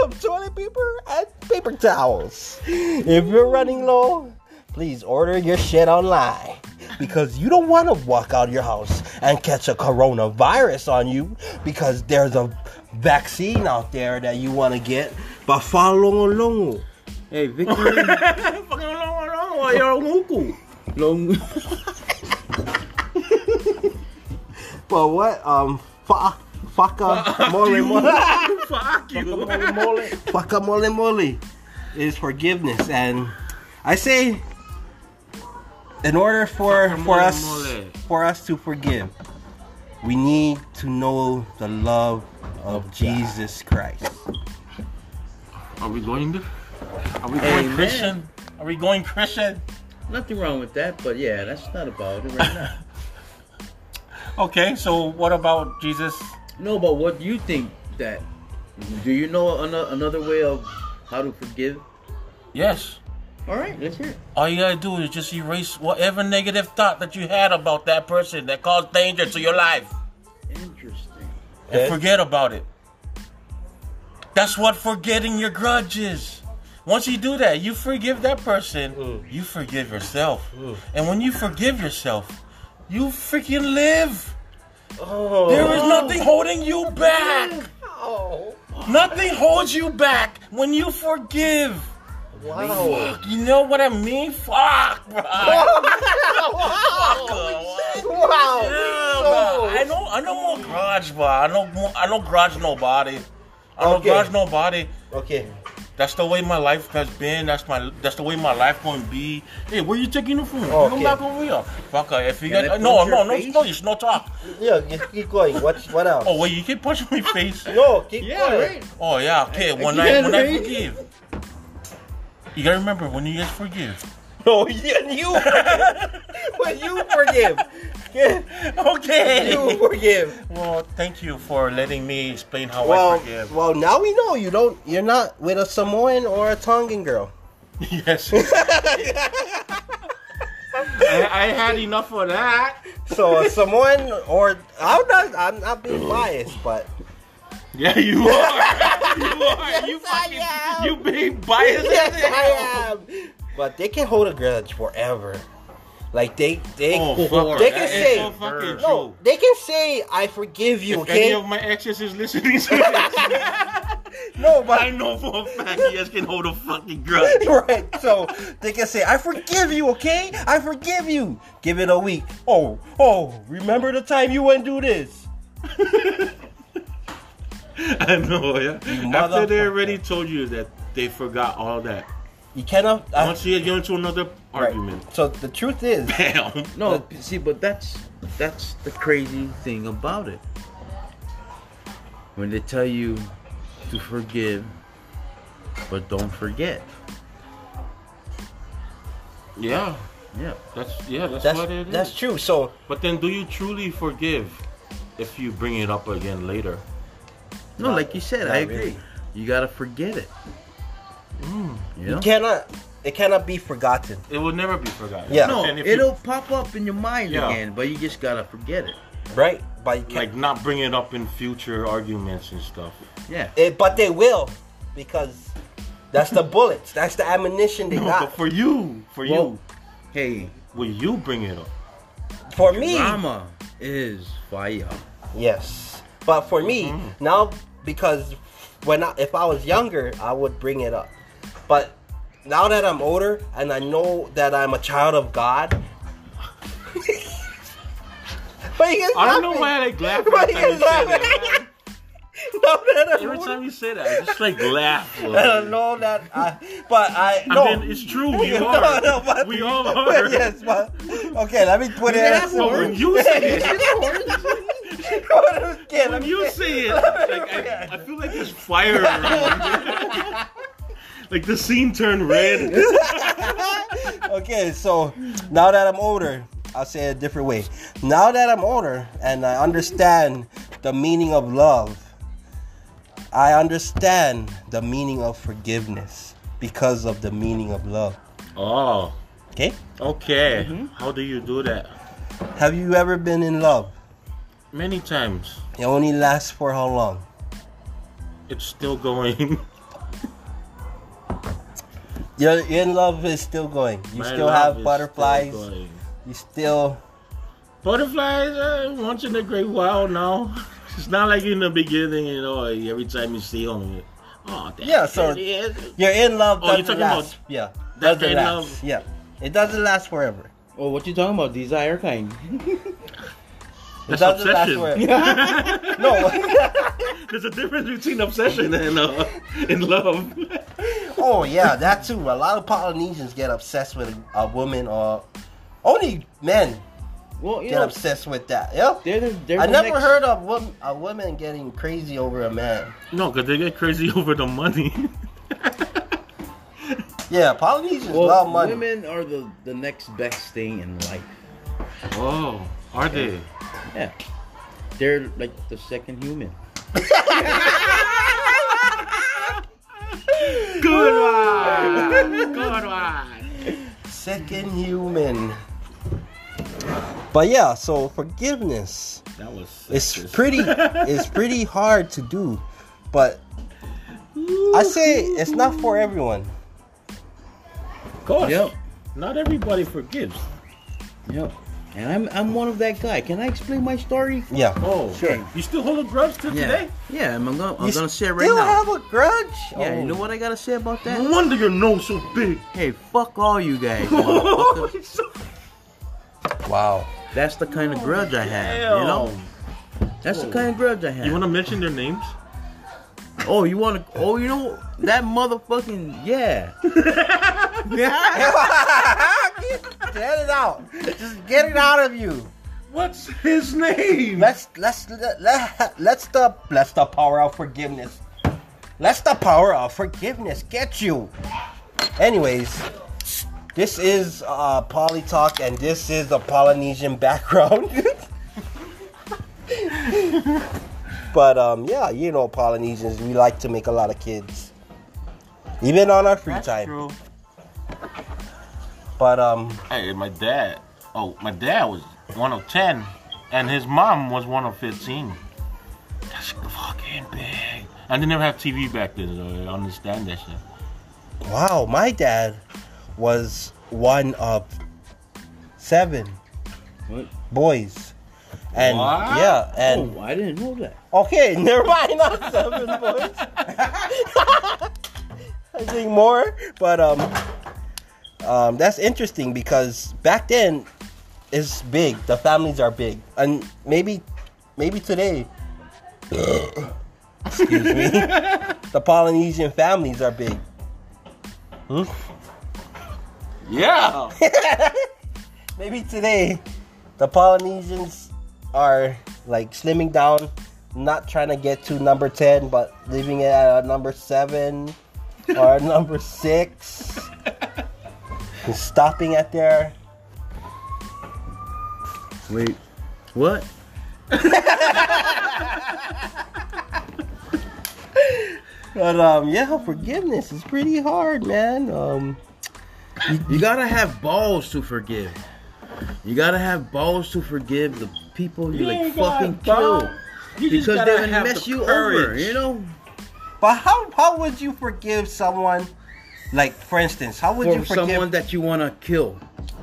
Speaker 1: of toilet paper and paper towels. If you're running low, please order your shit online. Because you don't want to walk out of your house and catch a coronavirus on you because there's a vaccine out there that you want to get. But follow along.
Speaker 2: Hey, Victor. [LAUGHS] Long. [LAUGHS]
Speaker 1: But what? Um, fuck, uh, fucka, mole, mole,
Speaker 4: [LAUGHS]
Speaker 1: [LAUGHS]
Speaker 4: Fuck you.
Speaker 1: mole, fucka, mole, mole uh, is forgiveness, and I say, in order for
Speaker 4: Fucka,
Speaker 1: for
Speaker 4: mole,
Speaker 1: us
Speaker 4: mole.
Speaker 1: for us to forgive, we need to know the love of Jesus Christ.
Speaker 4: Are we going? To, are we going
Speaker 2: Amen.
Speaker 4: Christian? Are we going Christian?
Speaker 2: Nothing wrong with that, but yeah, that's not about it right [LAUGHS] now.
Speaker 4: Okay, so what about Jesus?
Speaker 2: no, but what you think that? Do you know another another way of how to forgive?
Speaker 4: Yes.
Speaker 2: All right, let's hear it.
Speaker 4: All you gotta do is just erase whatever negative thought that you had about that person that caused danger to your life.
Speaker 2: Interesting.
Speaker 1: Okay?
Speaker 4: and forget about it. That's what forgetting your grudge is. Once you do that, you forgive that person, you forgive yourself. And when you forgive yourself, you freaking live.
Speaker 1: Oh,
Speaker 4: There is nothing holding you back. Nothing holds you back when you forgive.
Speaker 1: wow!
Speaker 4: You know what I mean? Fuck, bro.
Speaker 1: Wow!
Speaker 4: [LAUGHS] Yeah,
Speaker 1: So-
Speaker 4: bro. I know I know more garage, bro. I know more, I know garage nobody. I know
Speaker 1: Okay.
Speaker 4: garage nobody.
Speaker 1: Okay.
Speaker 4: That's the way my life has been. That's my. That's the way my life gonna be. Hey, where you taking it from?
Speaker 1: Oh,
Speaker 4: Come
Speaker 1: okay.
Speaker 4: back over here. Fuck uh, if you
Speaker 2: Can I
Speaker 4: got no,
Speaker 2: punch
Speaker 4: no,
Speaker 2: your
Speaker 4: no,
Speaker 2: face?
Speaker 4: no, it's no talk.
Speaker 1: Yeah, just keep going. What? What else?
Speaker 4: Oh wait, you keep punching my face.
Speaker 1: No, keep going. [LAUGHS]
Speaker 4: Oh yeah, okay. When I when I forgive, you gotta
Speaker 1: Oh,
Speaker 4: remember when you guys forgive.
Speaker 1: [LAUGHS] No, you, you forgive. when you forgive.
Speaker 4: [LAUGHS] okay. [LAUGHS]
Speaker 5: You forgive.
Speaker 4: Well, thank you for letting me explain how I
Speaker 1: Well,
Speaker 4: forgive.
Speaker 1: well, now we know you don't. You're not with a Samoan or a Tongan girl.
Speaker 4: [LAUGHS] yes. I, I had enough of that.
Speaker 1: So
Speaker 4: [LAUGHS]
Speaker 1: a Samoan or I'm not. I'm not being biased,
Speaker 4: [LAUGHS]
Speaker 1: but
Speaker 4: Yeah, you are. [LAUGHS] You are. you fucking.
Speaker 1: I
Speaker 4: You being biased.
Speaker 1: yes, I am. But they can hold a grudge forever. Like they, they,
Speaker 4: Oh, fuck.
Speaker 1: they can
Speaker 4: That is
Speaker 1: say
Speaker 4: so fucking
Speaker 1: no.
Speaker 4: true.
Speaker 1: They can say I forgive you.
Speaker 4: If any
Speaker 1: Okay.
Speaker 4: of my exes is listening to this, [LAUGHS]
Speaker 1: no, but
Speaker 4: I know for a fact you guys can hold a fucking grudge.
Speaker 1: [LAUGHS] right. So they can say, I forgive you, okay? I forgive you. Give it a week. Oh, oh, remember the time you went do this?
Speaker 4: I know, yeah. After they
Speaker 1: motherfucker.
Speaker 4: already told you that they forgot all that.
Speaker 1: You cannot. I-
Speaker 4: Once you get into another
Speaker 1: right.
Speaker 4: argument,
Speaker 1: So the truth is,
Speaker 4: bam.
Speaker 2: No, p- see, but that's that's the crazy thing about it. When they tell you to forgive, but don't forget.
Speaker 4: Yeah,
Speaker 2: Yeah.
Speaker 4: that's yeah, that's,
Speaker 1: that's
Speaker 4: what it is.
Speaker 1: that's true. So
Speaker 4: But then, do you truly forgive if you bring it up again later?
Speaker 2: No, like you said, I
Speaker 1: Not
Speaker 2: agree.
Speaker 1: really.
Speaker 2: You gotta forget it. Mm. You know?
Speaker 1: you cannot. It cannot be forgotten.
Speaker 4: It will never be forgotten.
Speaker 1: Yeah.
Speaker 4: But
Speaker 2: No,
Speaker 4: then if
Speaker 2: it'll pop up in your mind
Speaker 4: Yeah.
Speaker 2: again, but you just gotta forget it.
Speaker 1: Right. But you
Speaker 4: you,
Speaker 1: can,
Speaker 4: like not bring it up in future arguments and stuff.
Speaker 2: Yeah.
Speaker 1: it, but they will, because that's the bullets. That's the ammunition they
Speaker 4: No, but
Speaker 1: got. For,
Speaker 4: for you, for
Speaker 2: Well, hey,
Speaker 4: you, will you bring it up?
Speaker 1: me,
Speaker 2: drama is fire.
Speaker 1: yes. But for me
Speaker 4: Mm-hmm.
Speaker 1: now, because when I, if I was younger, I would bring it up. But now that I'm older and I know that I'm a child of God. [LAUGHS] But you guys
Speaker 4: I don't know
Speaker 1: laughing.
Speaker 4: why I like laugh
Speaker 1: Why
Speaker 4: every
Speaker 1: you
Speaker 4: time you say
Speaker 1: guys [LAUGHS]
Speaker 4: that.
Speaker 1: laughing? Now that I'm
Speaker 4: Every
Speaker 1: older-
Speaker 4: time you say that, I just like laugh.
Speaker 1: [LAUGHS] I don't know that I, but I
Speaker 4: I
Speaker 1: no.
Speaker 4: mean, it's true. We
Speaker 1: [LAUGHS] No,
Speaker 4: are.
Speaker 1: no, but-
Speaker 4: we all are.
Speaker 1: yes, [LAUGHS] but okay. Let me put it.
Speaker 4: But when you say
Speaker 1: [LAUGHS]
Speaker 4: it, [LAUGHS]
Speaker 1: okay, let me,
Speaker 4: when you
Speaker 1: [LAUGHS]
Speaker 4: say it, like, I, I feel like there's fire around. [LAUGHS] like the scene turned red.
Speaker 1: [LAUGHS] okay. So now that I'm older, I'll say it a different way. Now that I'm older and I understand the meaning of love, I understand the meaning of forgiveness because of the meaning of love.
Speaker 4: Oh,
Speaker 1: Okay.
Speaker 4: okay.
Speaker 1: Mm-hmm.
Speaker 4: How do you do that?
Speaker 1: Have you ever been in love?
Speaker 4: Many times.
Speaker 1: It only lasts for how long?
Speaker 4: It's still going.
Speaker 1: Your, your love is still going. You
Speaker 4: [LAUGHS] My
Speaker 1: still
Speaker 4: love is
Speaker 1: have
Speaker 4: still
Speaker 1: butterflies.
Speaker 4: going.
Speaker 1: you still.
Speaker 4: Butterflies, uh, once in a great while now. [LAUGHS] It's not like in the beginning, you know, like, every time you see them. Oh, that
Speaker 1: Yeah, so-
Speaker 4: it is." [LAUGHS]
Speaker 1: You're in love.
Speaker 4: Oh, you're
Speaker 1: Doesn't
Speaker 4: talking
Speaker 1: last.
Speaker 4: about
Speaker 1: yeah.
Speaker 4: that
Speaker 1: Doesn't
Speaker 4: in
Speaker 1: last.
Speaker 4: love.
Speaker 1: Yeah. It doesn't last forever.
Speaker 2: Oh, what you talking about? Desire kind.
Speaker 1: It
Speaker 4: That's
Speaker 1: doesn't
Speaker 4: obsession.
Speaker 1: last forever.
Speaker 4: [LAUGHS]
Speaker 1: no.
Speaker 4: There's a difference between obsession and uh, [LAUGHS] in love. [LAUGHS]
Speaker 1: oh yeah, that too. A lot of Polynesians get obsessed with a woman or only men
Speaker 2: Well, you
Speaker 1: get
Speaker 2: know,
Speaker 1: obsessed with that. Yep.
Speaker 2: they're, the- they're
Speaker 1: I
Speaker 2: the
Speaker 1: never
Speaker 2: next-
Speaker 1: heard of wom- a woman getting crazy over a man.
Speaker 4: no, because they get crazy [LAUGHS] over the money.
Speaker 1: Yeah, Polynesians
Speaker 2: Well,
Speaker 1: love money.
Speaker 2: women are the the next best thing in life.
Speaker 4: oh, are they?
Speaker 2: Yeah, they're like the second human.
Speaker 4: Good one. Good one.
Speaker 1: Second human. But yeah, so forgiveness.
Speaker 4: That was
Speaker 1: It's
Speaker 4: sexist.
Speaker 1: pretty it's
Speaker 2: [LAUGHS]
Speaker 1: pretty hard to do, but I say it's not for everyone.
Speaker 4: Of course.
Speaker 2: Yep,
Speaker 4: Not everybody forgives.
Speaker 2: yep. And I'm I'm one of that guy. Can I explain my story?
Speaker 1: Yeah.
Speaker 4: Oh,
Speaker 2: Sure.
Speaker 4: You still hold a grudge till
Speaker 2: Yeah,
Speaker 4: today?
Speaker 2: yeah. I'm gonna I'm
Speaker 1: You
Speaker 2: gonna say it Oh, right
Speaker 1: still
Speaker 2: now.
Speaker 1: have a grudge?
Speaker 2: Yeah,
Speaker 1: Oh.
Speaker 2: you know what I gotta say about
Speaker 4: No
Speaker 2: that?
Speaker 4: wonder your nose so [LAUGHS] big.
Speaker 2: Hey, fuck all you guys.
Speaker 1: [LAUGHS]
Speaker 2: motherfuckers.
Speaker 1: Wow.
Speaker 2: That's the kind of grudge I have. You know, that's the kind of grudge I have.
Speaker 4: You want to mention their names?
Speaker 2: Oh, you want to? Oh, you know that motherfucking
Speaker 1: [LAUGHS]
Speaker 2: yeah. yeah.
Speaker 1: get it out. Just get it out of you.
Speaker 4: What's his name?
Speaker 1: Let's let's let, let, let's the let's the power of forgiveness. Let's the power of forgiveness get you. Anyways, This is uh, Poly Talk, and this is a Polynesian background. [LAUGHS] but um, yeah, you know, Polynesians, we like to make a lot of kids, even on our free time.
Speaker 4: True.
Speaker 1: But um,
Speaker 4: Hey, my dad. Oh, my dad was one of ten, and his mom was one of fifteen. That's fucking big. I didn't even have TV back then, so I understand that shit.
Speaker 1: wow, my dad was one of seven
Speaker 2: What?
Speaker 1: boys, and
Speaker 4: What?
Speaker 1: yeah, and
Speaker 2: Oh, I didn't know that.
Speaker 1: Okay, [LAUGHS] never mind. Not seven boys. [LAUGHS] I think more, but um, um, that's interesting because back then, it's big. The families are big, and maybe, maybe today, [COUGHS] excuse me, [LAUGHS] the Polynesian families are big. Hmm?
Speaker 4: Yeah.
Speaker 1: [LAUGHS] Maybe today, the Polynesians are like slimming down, not trying to get to number 10, but leaving it at a number 7 or [LAUGHS] a number [LAUGHS] 6. and stopping at their.
Speaker 2: Wait, what?
Speaker 1: But um, yeah, forgiveness is pretty hard, man. Um,
Speaker 2: You gotta have balls to forgive. You gotta have balls to forgive the people you, like fucking kill because they would mess you over. You know,
Speaker 1: but how how would you forgive someone? Like for instance, how would you
Speaker 2: for
Speaker 1: forgive
Speaker 2: someone that you wanna kill.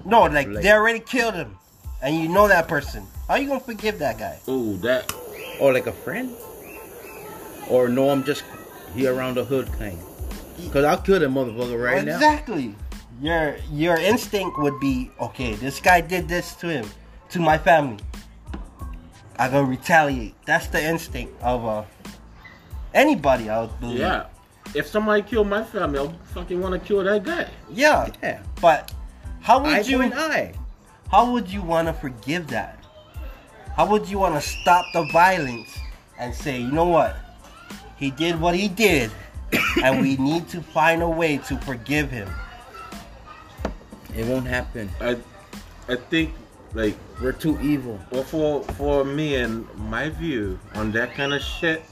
Speaker 1: No, like,
Speaker 2: Like-
Speaker 1: they already killed him, and you know that person. How you gonna forgive that guy?
Speaker 4: Ooh, that.
Speaker 2: or like a friend, or no, I'm just he around the hood kind. Cause I'll kill that motherfucker right now.
Speaker 1: exactly. Your your instinct would be, okay, this guy did this to him, to my family. I gonna retaliate. That's the instinct of uh, anybody. I would believe.
Speaker 4: Yeah. If somebody killed my family, I'll fucking want to kill that guy.
Speaker 1: Yeah.
Speaker 2: Yeah,
Speaker 1: But how would
Speaker 2: I
Speaker 1: you?
Speaker 2: you and I.
Speaker 1: How would you want to forgive that? How would you want to stop the violence and say, you know what? He did what he did, [COUGHS] and we need to find a way to forgive him.
Speaker 2: It won't happen.
Speaker 4: I, I think like
Speaker 2: We're too evil.
Speaker 4: Well, for for me and my view on that kind of shit,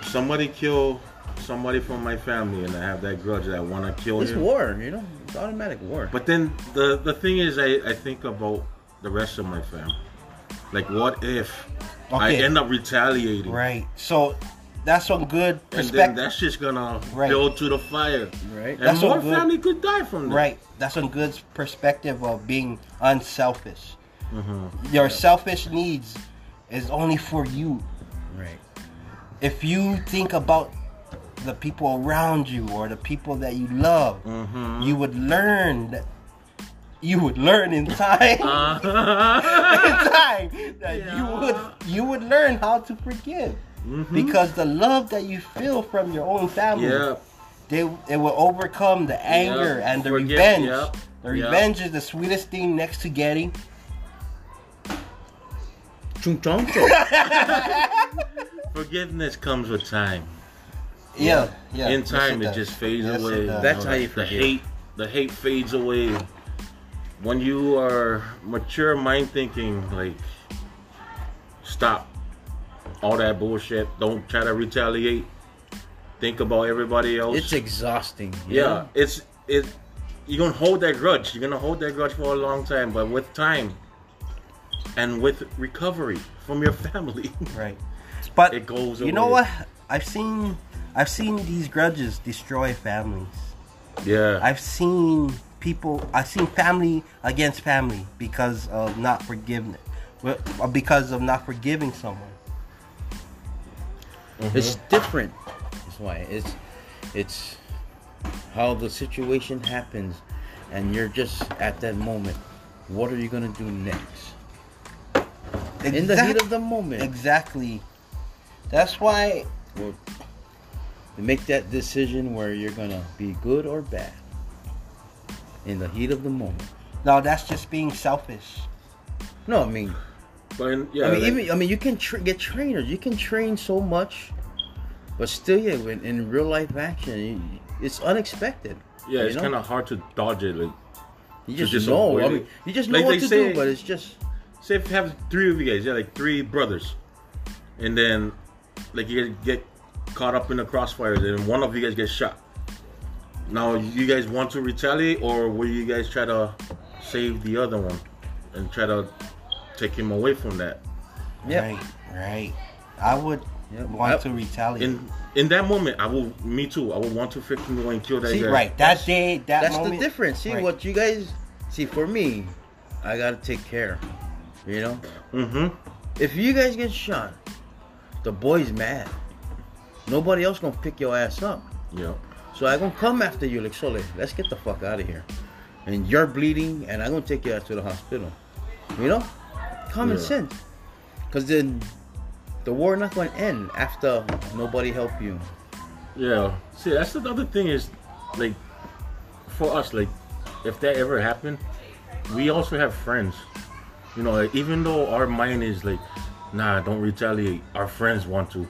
Speaker 4: somebody kill somebody from my family, and I have that grudge that I want to kill
Speaker 2: It's
Speaker 4: him.
Speaker 2: war, you know. It's automatic war.
Speaker 4: But then the the thing is, I I think about the rest of my family. Like, what if I
Speaker 1: Okay.
Speaker 4: end up retaliating?
Speaker 1: Right. So that's some good
Speaker 4: And then
Speaker 1: perspective.
Speaker 4: that's just gonna
Speaker 1: Right.
Speaker 4: go to the fire.
Speaker 2: Right.
Speaker 4: And
Speaker 1: That's
Speaker 4: more
Speaker 1: all good.
Speaker 4: family could die from that.
Speaker 1: Right. That's a good perspective of being unselfish. Your selfish needs is only for you.
Speaker 2: right.
Speaker 1: If you think about the people around you or the people that you love, you would learn that you would learn in time.
Speaker 4: Uh.
Speaker 1: [LAUGHS]
Speaker 4: Uh-huh.
Speaker 1: in time that you would you would learn how to forgive. Because the love that you feel from your own family
Speaker 4: Yeah.
Speaker 1: they it will overcome the anger
Speaker 4: Yeah,
Speaker 1: and the
Speaker 4: forget-
Speaker 1: revenge.
Speaker 4: yeah,
Speaker 1: The
Speaker 4: yeah.
Speaker 1: revenge is the sweetest thing next to getting.
Speaker 2: Chung
Speaker 1: [LAUGHS]
Speaker 2: chong chong.
Speaker 4: [LAUGHS] Forgiveness comes with time.
Speaker 1: Yeah, yeah.
Speaker 4: in time it,
Speaker 1: yes, does.
Speaker 4: just fades
Speaker 1: Yes, it
Speaker 4: away.
Speaker 1: does.
Speaker 2: That's how you
Speaker 4: the
Speaker 2: forgive.
Speaker 4: hate. The hate fades away when you are mature mind thinking. Like, stop all that bullshit. Don't try to retaliate. Think about everybody else.
Speaker 2: it's exhausting. you
Speaker 4: yeah,
Speaker 2: know?
Speaker 4: it's it. You're gonna hold that grudge. You're gonna hold that grudge for a long time. But with time and with recovery from your [LAUGHS] family,
Speaker 1: right. But
Speaker 4: it goes
Speaker 1: You know
Speaker 4: away.
Speaker 1: what? I've seen I've seen these grudges destroy families.
Speaker 4: yeah,
Speaker 1: I've seen people I've seen family against family because of not forgiveness. well, Because of not forgiving someone.
Speaker 2: It's different. That's why it's it's how the situation happens, and you're just at that moment. What are you gonna do next? In the heat
Speaker 1: Exact-
Speaker 2: of the moment.
Speaker 1: exactly. That's why
Speaker 2: will make that decision where you're gonna be good or bad in the heat of the moment.
Speaker 1: now that's just being selfish.
Speaker 2: No, I mean,
Speaker 4: but in- yeah,
Speaker 2: I mean,
Speaker 4: like-
Speaker 2: even I mean, you can tra- get trainers. You can train so much, but still, yeah, when, in real life action, you, it's unexpected.
Speaker 4: Yeah,
Speaker 2: you
Speaker 4: it's
Speaker 2: know?
Speaker 4: kind of hard to dodge it. Like,
Speaker 2: you
Speaker 4: to
Speaker 2: just,
Speaker 4: just
Speaker 2: know.
Speaker 4: avoid
Speaker 2: I
Speaker 4: it.
Speaker 2: mean, you just know
Speaker 4: Like
Speaker 2: what
Speaker 4: they
Speaker 2: to
Speaker 4: say-
Speaker 2: do, but it's just
Speaker 4: say if you have three of you guys, yeah, like three brothers, and then like you guys get caught up in the crossfires, and one of you guys gets shot. Now, you guys want to retaliate, or will you guys try to save the other one and try to take him away from that?
Speaker 2: yeah.
Speaker 1: Right, right. I would
Speaker 2: Yep.
Speaker 1: want
Speaker 2: Yep.
Speaker 1: to retaliate.
Speaker 4: In in that moment, I will. Me too. I will want to freaking go and kill that
Speaker 2: See,
Speaker 4: guy.
Speaker 1: right, that day, that
Speaker 2: That's
Speaker 1: moment.
Speaker 2: the difference. See
Speaker 1: right.
Speaker 2: what you guys see for me, I gotta take care. You know,
Speaker 4: Mm-hmm.
Speaker 2: if you guys get shot, the boy's mad. Nobody else gonna pick your ass up.
Speaker 4: Yeah.
Speaker 2: So I gonna come after you, like Sole. Let's get the fuck out of here. And you're bleeding, and I'm gonna take you out to the hospital. You know, common
Speaker 4: Yeah.
Speaker 2: sense. Cause then the war not gonna end after nobody help you.
Speaker 4: Yeah. See, that's the other thing is, like, for us, like, if that ever happened, we also have friends. You know, like, even though our mind is like, nah, don't retaliate. Our friends want to.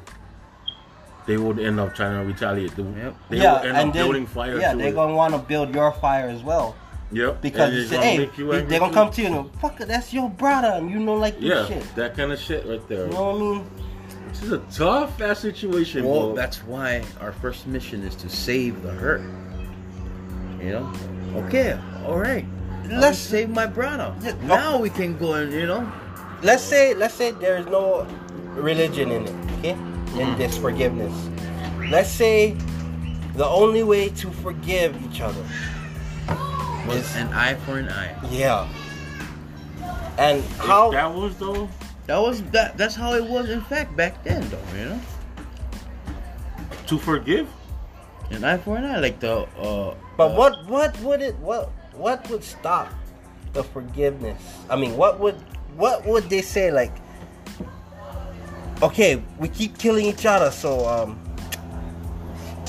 Speaker 4: They would end up trying to retaliate. They,
Speaker 2: Yep.
Speaker 4: they
Speaker 1: yeah,
Speaker 4: would end
Speaker 1: and
Speaker 4: up
Speaker 1: then,
Speaker 4: building fire.
Speaker 1: Yeah,
Speaker 4: to
Speaker 1: they're
Speaker 4: it.
Speaker 1: gonna want to build your fire as well
Speaker 4: Yep.
Speaker 1: because
Speaker 4: and
Speaker 1: you
Speaker 4: it's
Speaker 1: say,
Speaker 4: gonna
Speaker 1: hey,
Speaker 4: make you
Speaker 1: they-
Speaker 4: angry
Speaker 1: they're gonna
Speaker 4: too.
Speaker 1: come to you and fucker, that's your brother, and you know like this
Speaker 4: Yeah,
Speaker 1: shit.
Speaker 4: that kind of shit right there.
Speaker 1: You know what I mean?
Speaker 4: This is a tough ass situation,
Speaker 2: Well,
Speaker 4: bro.
Speaker 2: that's why our first mission is to save the hurt. You know? Okay, all right. Let's
Speaker 1: Let's-
Speaker 2: save my brother.
Speaker 1: Yeah, oh. no-
Speaker 2: Now we can go and you know.
Speaker 1: Let's say, let's say there is no religion in it, okay?
Speaker 4: Mm-hmm.
Speaker 1: In this forgiveness, let's say the only way to forgive each other
Speaker 2: Was
Speaker 1: is
Speaker 2: an eye for an eye.
Speaker 1: yeah. And
Speaker 4: If
Speaker 1: how?
Speaker 4: that was though.
Speaker 2: That was that. That's how it was in fact back then, though. You know,
Speaker 4: To forgive?
Speaker 2: an eye for an eye, like the. uh
Speaker 1: But
Speaker 2: uh,
Speaker 1: what what would it what what would stop the forgiveness? I mean, what would what would they say like? Okay, we keep killing each other, so um,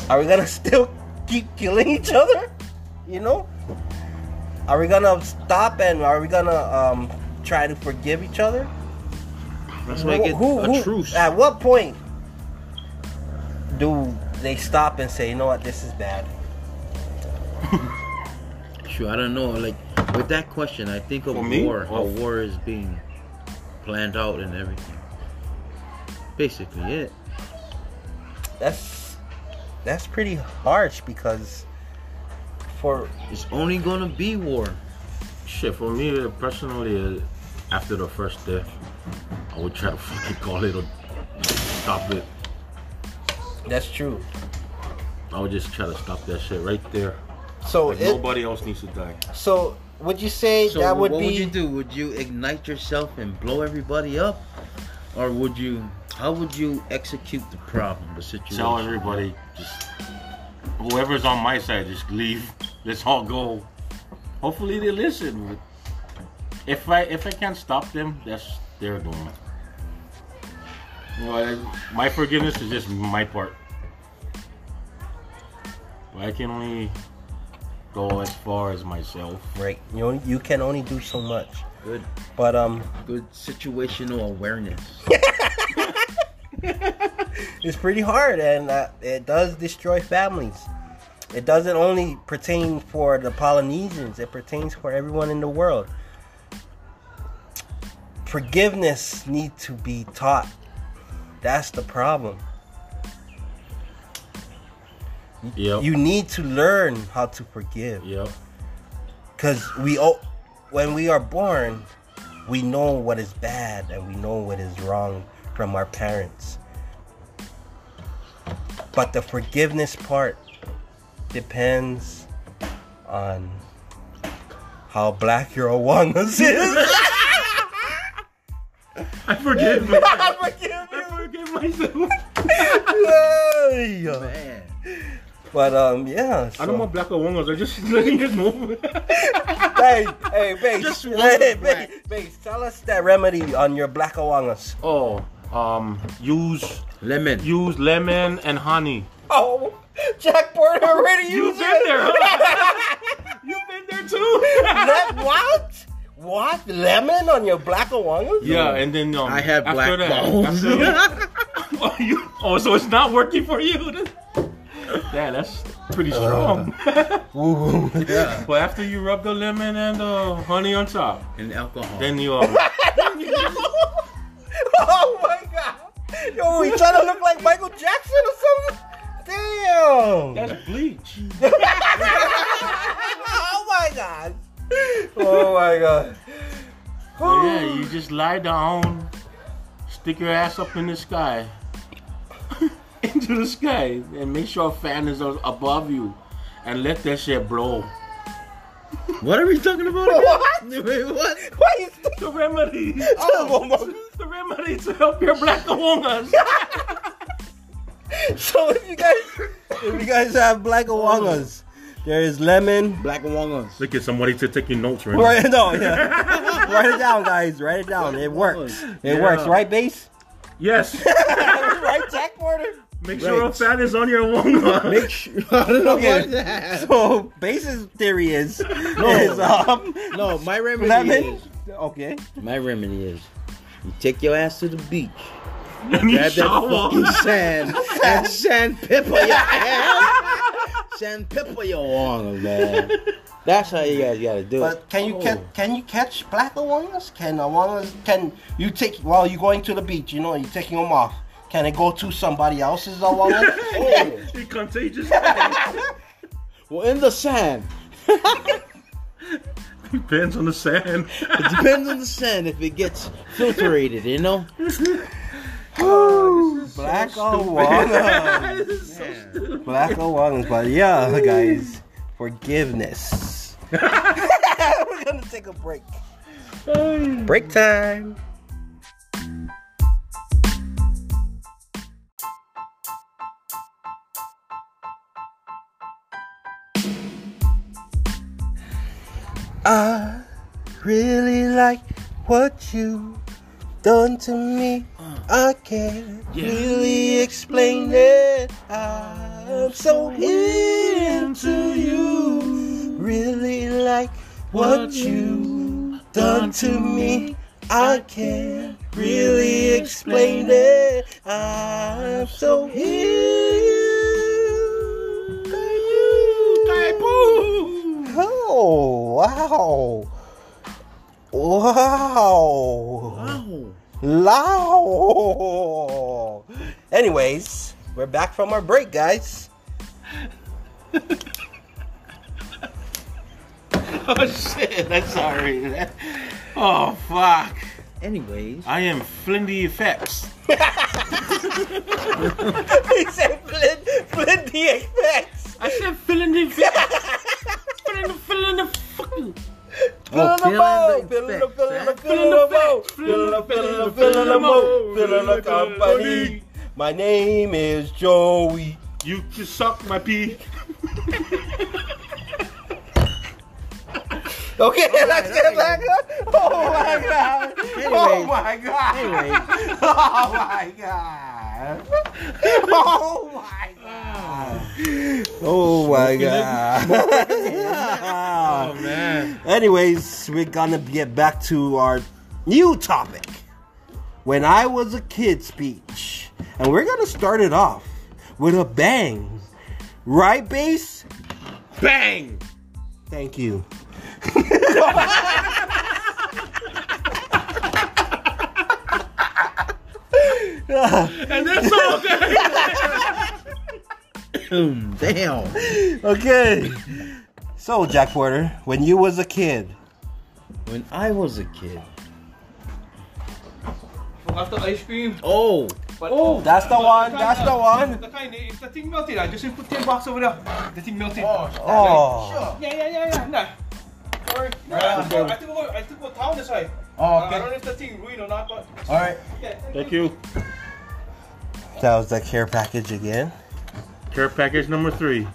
Speaker 1: are we gonna [LAUGHS] still keep killing each other? You know, are we gonna stop and are we gonna um try to forgive each other?
Speaker 2: Let's make it a truce.
Speaker 1: At what point do they stop and say, you know what, this is bad?
Speaker 2: Sure, I don't know. Like with that question, I think of
Speaker 4: For me?
Speaker 2: war, how
Speaker 4: Oh.
Speaker 2: war is being planned out and everything. Basically, it.
Speaker 1: that's that's pretty harsh because for
Speaker 2: It's only gonna be war.
Speaker 4: Shit, for me uh, personally, uh, after the first death, I would try to fucking call it or stop it.
Speaker 1: that's true.
Speaker 4: I would just try to stop that shit right there.
Speaker 1: So
Speaker 4: Like
Speaker 1: it,
Speaker 4: nobody else needs to die.
Speaker 1: so would you say
Speaker 2: So
Speaker 1: that would
Speaker 2: what
Speaker 1: be
Speaker 2: would you do? Would you ignite yourself and blow everybody up, or would you? How would you execute the problem, the situation?
Speaker 4: Tell everybody, just whoever's on my side, just leave. Let's all go. Hopefully they listen. But if I if I can't stop them, that's their doing. You know, I- my forgiveness is just my part. But I can only go as far as myself.
Speaker 1: right? You only, you can only do so much.
Speaker 2: Good,
Speaker 1: But um,
Speaker 2: good situational [LAUGHS] awareness.
Speaker 1: it's pretty hard, and uh, it does destroy families. It doesn't only pertain for the Polynesians; it pertains for everyone in the world. Forgiveness need to be taught. That's the problem.
Speaker 4: Yep.
Speaker 1: You need to learn how to forgive.
Speaker 4: yep.
Speaker 1: Cause we all, when we are born, we know what is bad and we know what is wrong from our parents. But the forgiveness part depends on how black your awanas is. [LAUGHS]
Speaker 4: I [LAUGHS] forgive myself.
Speaker 1: I forgive
Speaker 4: I forgive myself.
Speaker 1: you. Hey.
Speaker 2: Man,
Speaker 1: But um, yeah.
Speaker 4: I don't
Speaker 1: so-
Speaker 4: want black or wongos. I just [LAUGHS] letting it move.
Speaker 1: Hey, hey, Bass.
Speaker 2: Just one
Speaker 1: hey,
Speaker 2: black.
Speaker 1: Bass, Bass, tell us that remedy on your black awanas.
Speaker 4: oh, um, use
Speaker 2: lemon.
Speaker 4: use lemon and honey.
Speaker 1: Oh, Jack Porter already
Speaker 4: You've
Speaker 1: used
Speaker 4: been
Speaker 1: it.
Speaker 4: there, huh? [LAUGHS] You've been there too.
Speaker 1: [LAUGHS]
Speaker 2: [LAUGHS]
Speaker 1: That- what? What? Lemon on your black awanas?
Speaker 4: Yeah, and then um,
Speaker 2: I have
Speaker 4: after
Speaker 2: black
Speaker 4: that-
Speaker 2: bones. [LAUGHS]
Speaker 4: after- oh, you, oh, so it's not working for you. yeah, that's pretty
Speaker 2: Uh, [LAUGHS]
Speaker 4: strong. [LAUGHS]
Speaker 1: Ooh.
Speaker 4: but after you rub the lemon and the honey on top,
Speaker 2: and alcohol.
Speaker 4: then you um,
Speaker 2: [LAUGHS]
Speaker 4: are.
Speaker 1: [LAUGHS] oh my god. Yo, he trying to look like Michael Jackson or something? Damn.
Speaker 4: That's
Speaker 2: [LAUGHS]
Speaker 4: bleach.
Speaker 1: [LAUGHS] oh my god. Oh my god.
Speaker 4: But Oh, yeah, you just lie down, stick your ass up in the sky, [LAUGHS] into the sky, and make sure a fan is above you, and let that shit blow.
Speaker 2: what are we talking about? [LAUGHS] Again? Wait, what?
Speaker 1: Why you still
Speaker 4: The [LAUGHS] remedy.
Speaker 1: oh, my God.
Speaker 4: the remedy to help your black woman.
Speaker 1: So if you guys if you guys have black awangas, there is lemon.
Speaker 2: Black Wongos.
Speaker 4: Look at somebody to take your notes right
Speaker 1: Right, no, yeah. write it down, guys. Write it down. It works. It works,
Speaker 4: Yeah.
Speaker 1: right, base?
Speaker 4: Yes.
Speaker 1: [LAUGHS] right, Jack Porter?
Speaker 4: Make sure
Speaker 2: Right.
Speaker 4: a fan is on your wonga. [LAUGHS]
Speaker 2: Make sure. [LAUGHS] I don't know
Speaker 1: Okay.
Speaker 2: what that.
Speaker 1: So base's theory is is um
Speaker 2: [LAUGHS] No, my remedy
Speaker 1: lemon.
Speaker 2: is.
Speaker 1: Okay.
Speaker 2: My remedy is. You take your ass to the beach.
Speaker 4: and you
Speaker 2: Grab that fucking
Speaker 4: shower.
Speaker 2: sand and sandpaper your ass. Sandpaper your wong, man. That's how you guys gotta do it.
Speaker 1: But can you catch, can you catch black awangas? Can awangas can you take while you're going to the beach? You know you're taking them off. Can it go to somebody else's awangas?
Speaker 4: It contagious.
Speaker 2: Well, in the sand.
Speaker 4: Depends on the sand.
Speaker 2: It depends on the sand if it gets filtered, you know?
Speaker 1: black [LAUGHS] awangas.
Speaker 4: this is so stupid.
Speaker 1: black awangas. But yeah, guys, forgiveness. [LAUGHS] We're gonna take a break. Break time. I really like what you done to me. I can't really explain it. I'm so into you. Really like what you done to me. I can't really explain it. I'm so into you. Oh, wow. Wow.
Speaker 2: Wow.
Speaker 1: Lao. Anyways, we're back from our break, guys. [LAUGHS] [LAUGHS]
Speaker 4: Oh shit, that's sorry. man. Oh fuck.
Speaker 2: Anyways,
Speaker 4: I am flinty effects.
Speaker 1: he said Flynn, Flynn DXX.
Speaker 4: I said flinty
Speaker 1: [LAUGHS]
Speaker 4: effects. Flint, flint, fucking.
Speaker 1: Feeling the mo, feeling the
Speaker 2: feeling the effects,
Speaker 1: feeling the
Speaker 2: huh?
Speaker 1: feeling the mo, feeling the feeling the feeling the mo, feeling the company. My name is Joey.
Speaker 4: You can suck my pee.
Speaker 1: Okay, that's it, man. Oh my god. Oh
Speaker 2: Anyways.
Speaker 1: my god.
Speaker 2: Anyways,
Speaker 1: Oh my [LAUGHS] god. Oh my god. Oh my god.
Speaker 4: man.
Speaker 1: Anyways, we're gonna get back to our new topic. When I was a kid speech. And we're gonna start it off with a bang. Right, base?
Speaker 4: Bang!
Speaker 1: Thank you.
Speaker 4: And that's all okay.
Speaker 2: boom, damn.
Speaker 1: Okay. So, Jack Porter, when you was a kid,
Speaker 2: When I was a kid.
Speaker 5: Forgot the ice cream.
Speaker 2: Oh,
Speaker 5: But oh,
Speaker 1: that's the one, that's the one.
Speaker 5: The kind, if the thing melted, I just put 10 bucks over there. The thing melted. Oh,
Speaker 1: Oh,
Speaker 5: Yeah, yeah, yeah, yeah. Nah. Don't worry. Nah, I took over, I took over town this way.
Speaker 2: Oh,
Speaker 5: I don't know if the thing ruined or not, but.
Speaker 2: alright.
Speaker 5: Yeah,
Speaker 4: Thank you.
Speaker 1: that was the care package again.
Speaker 4: Care package number three.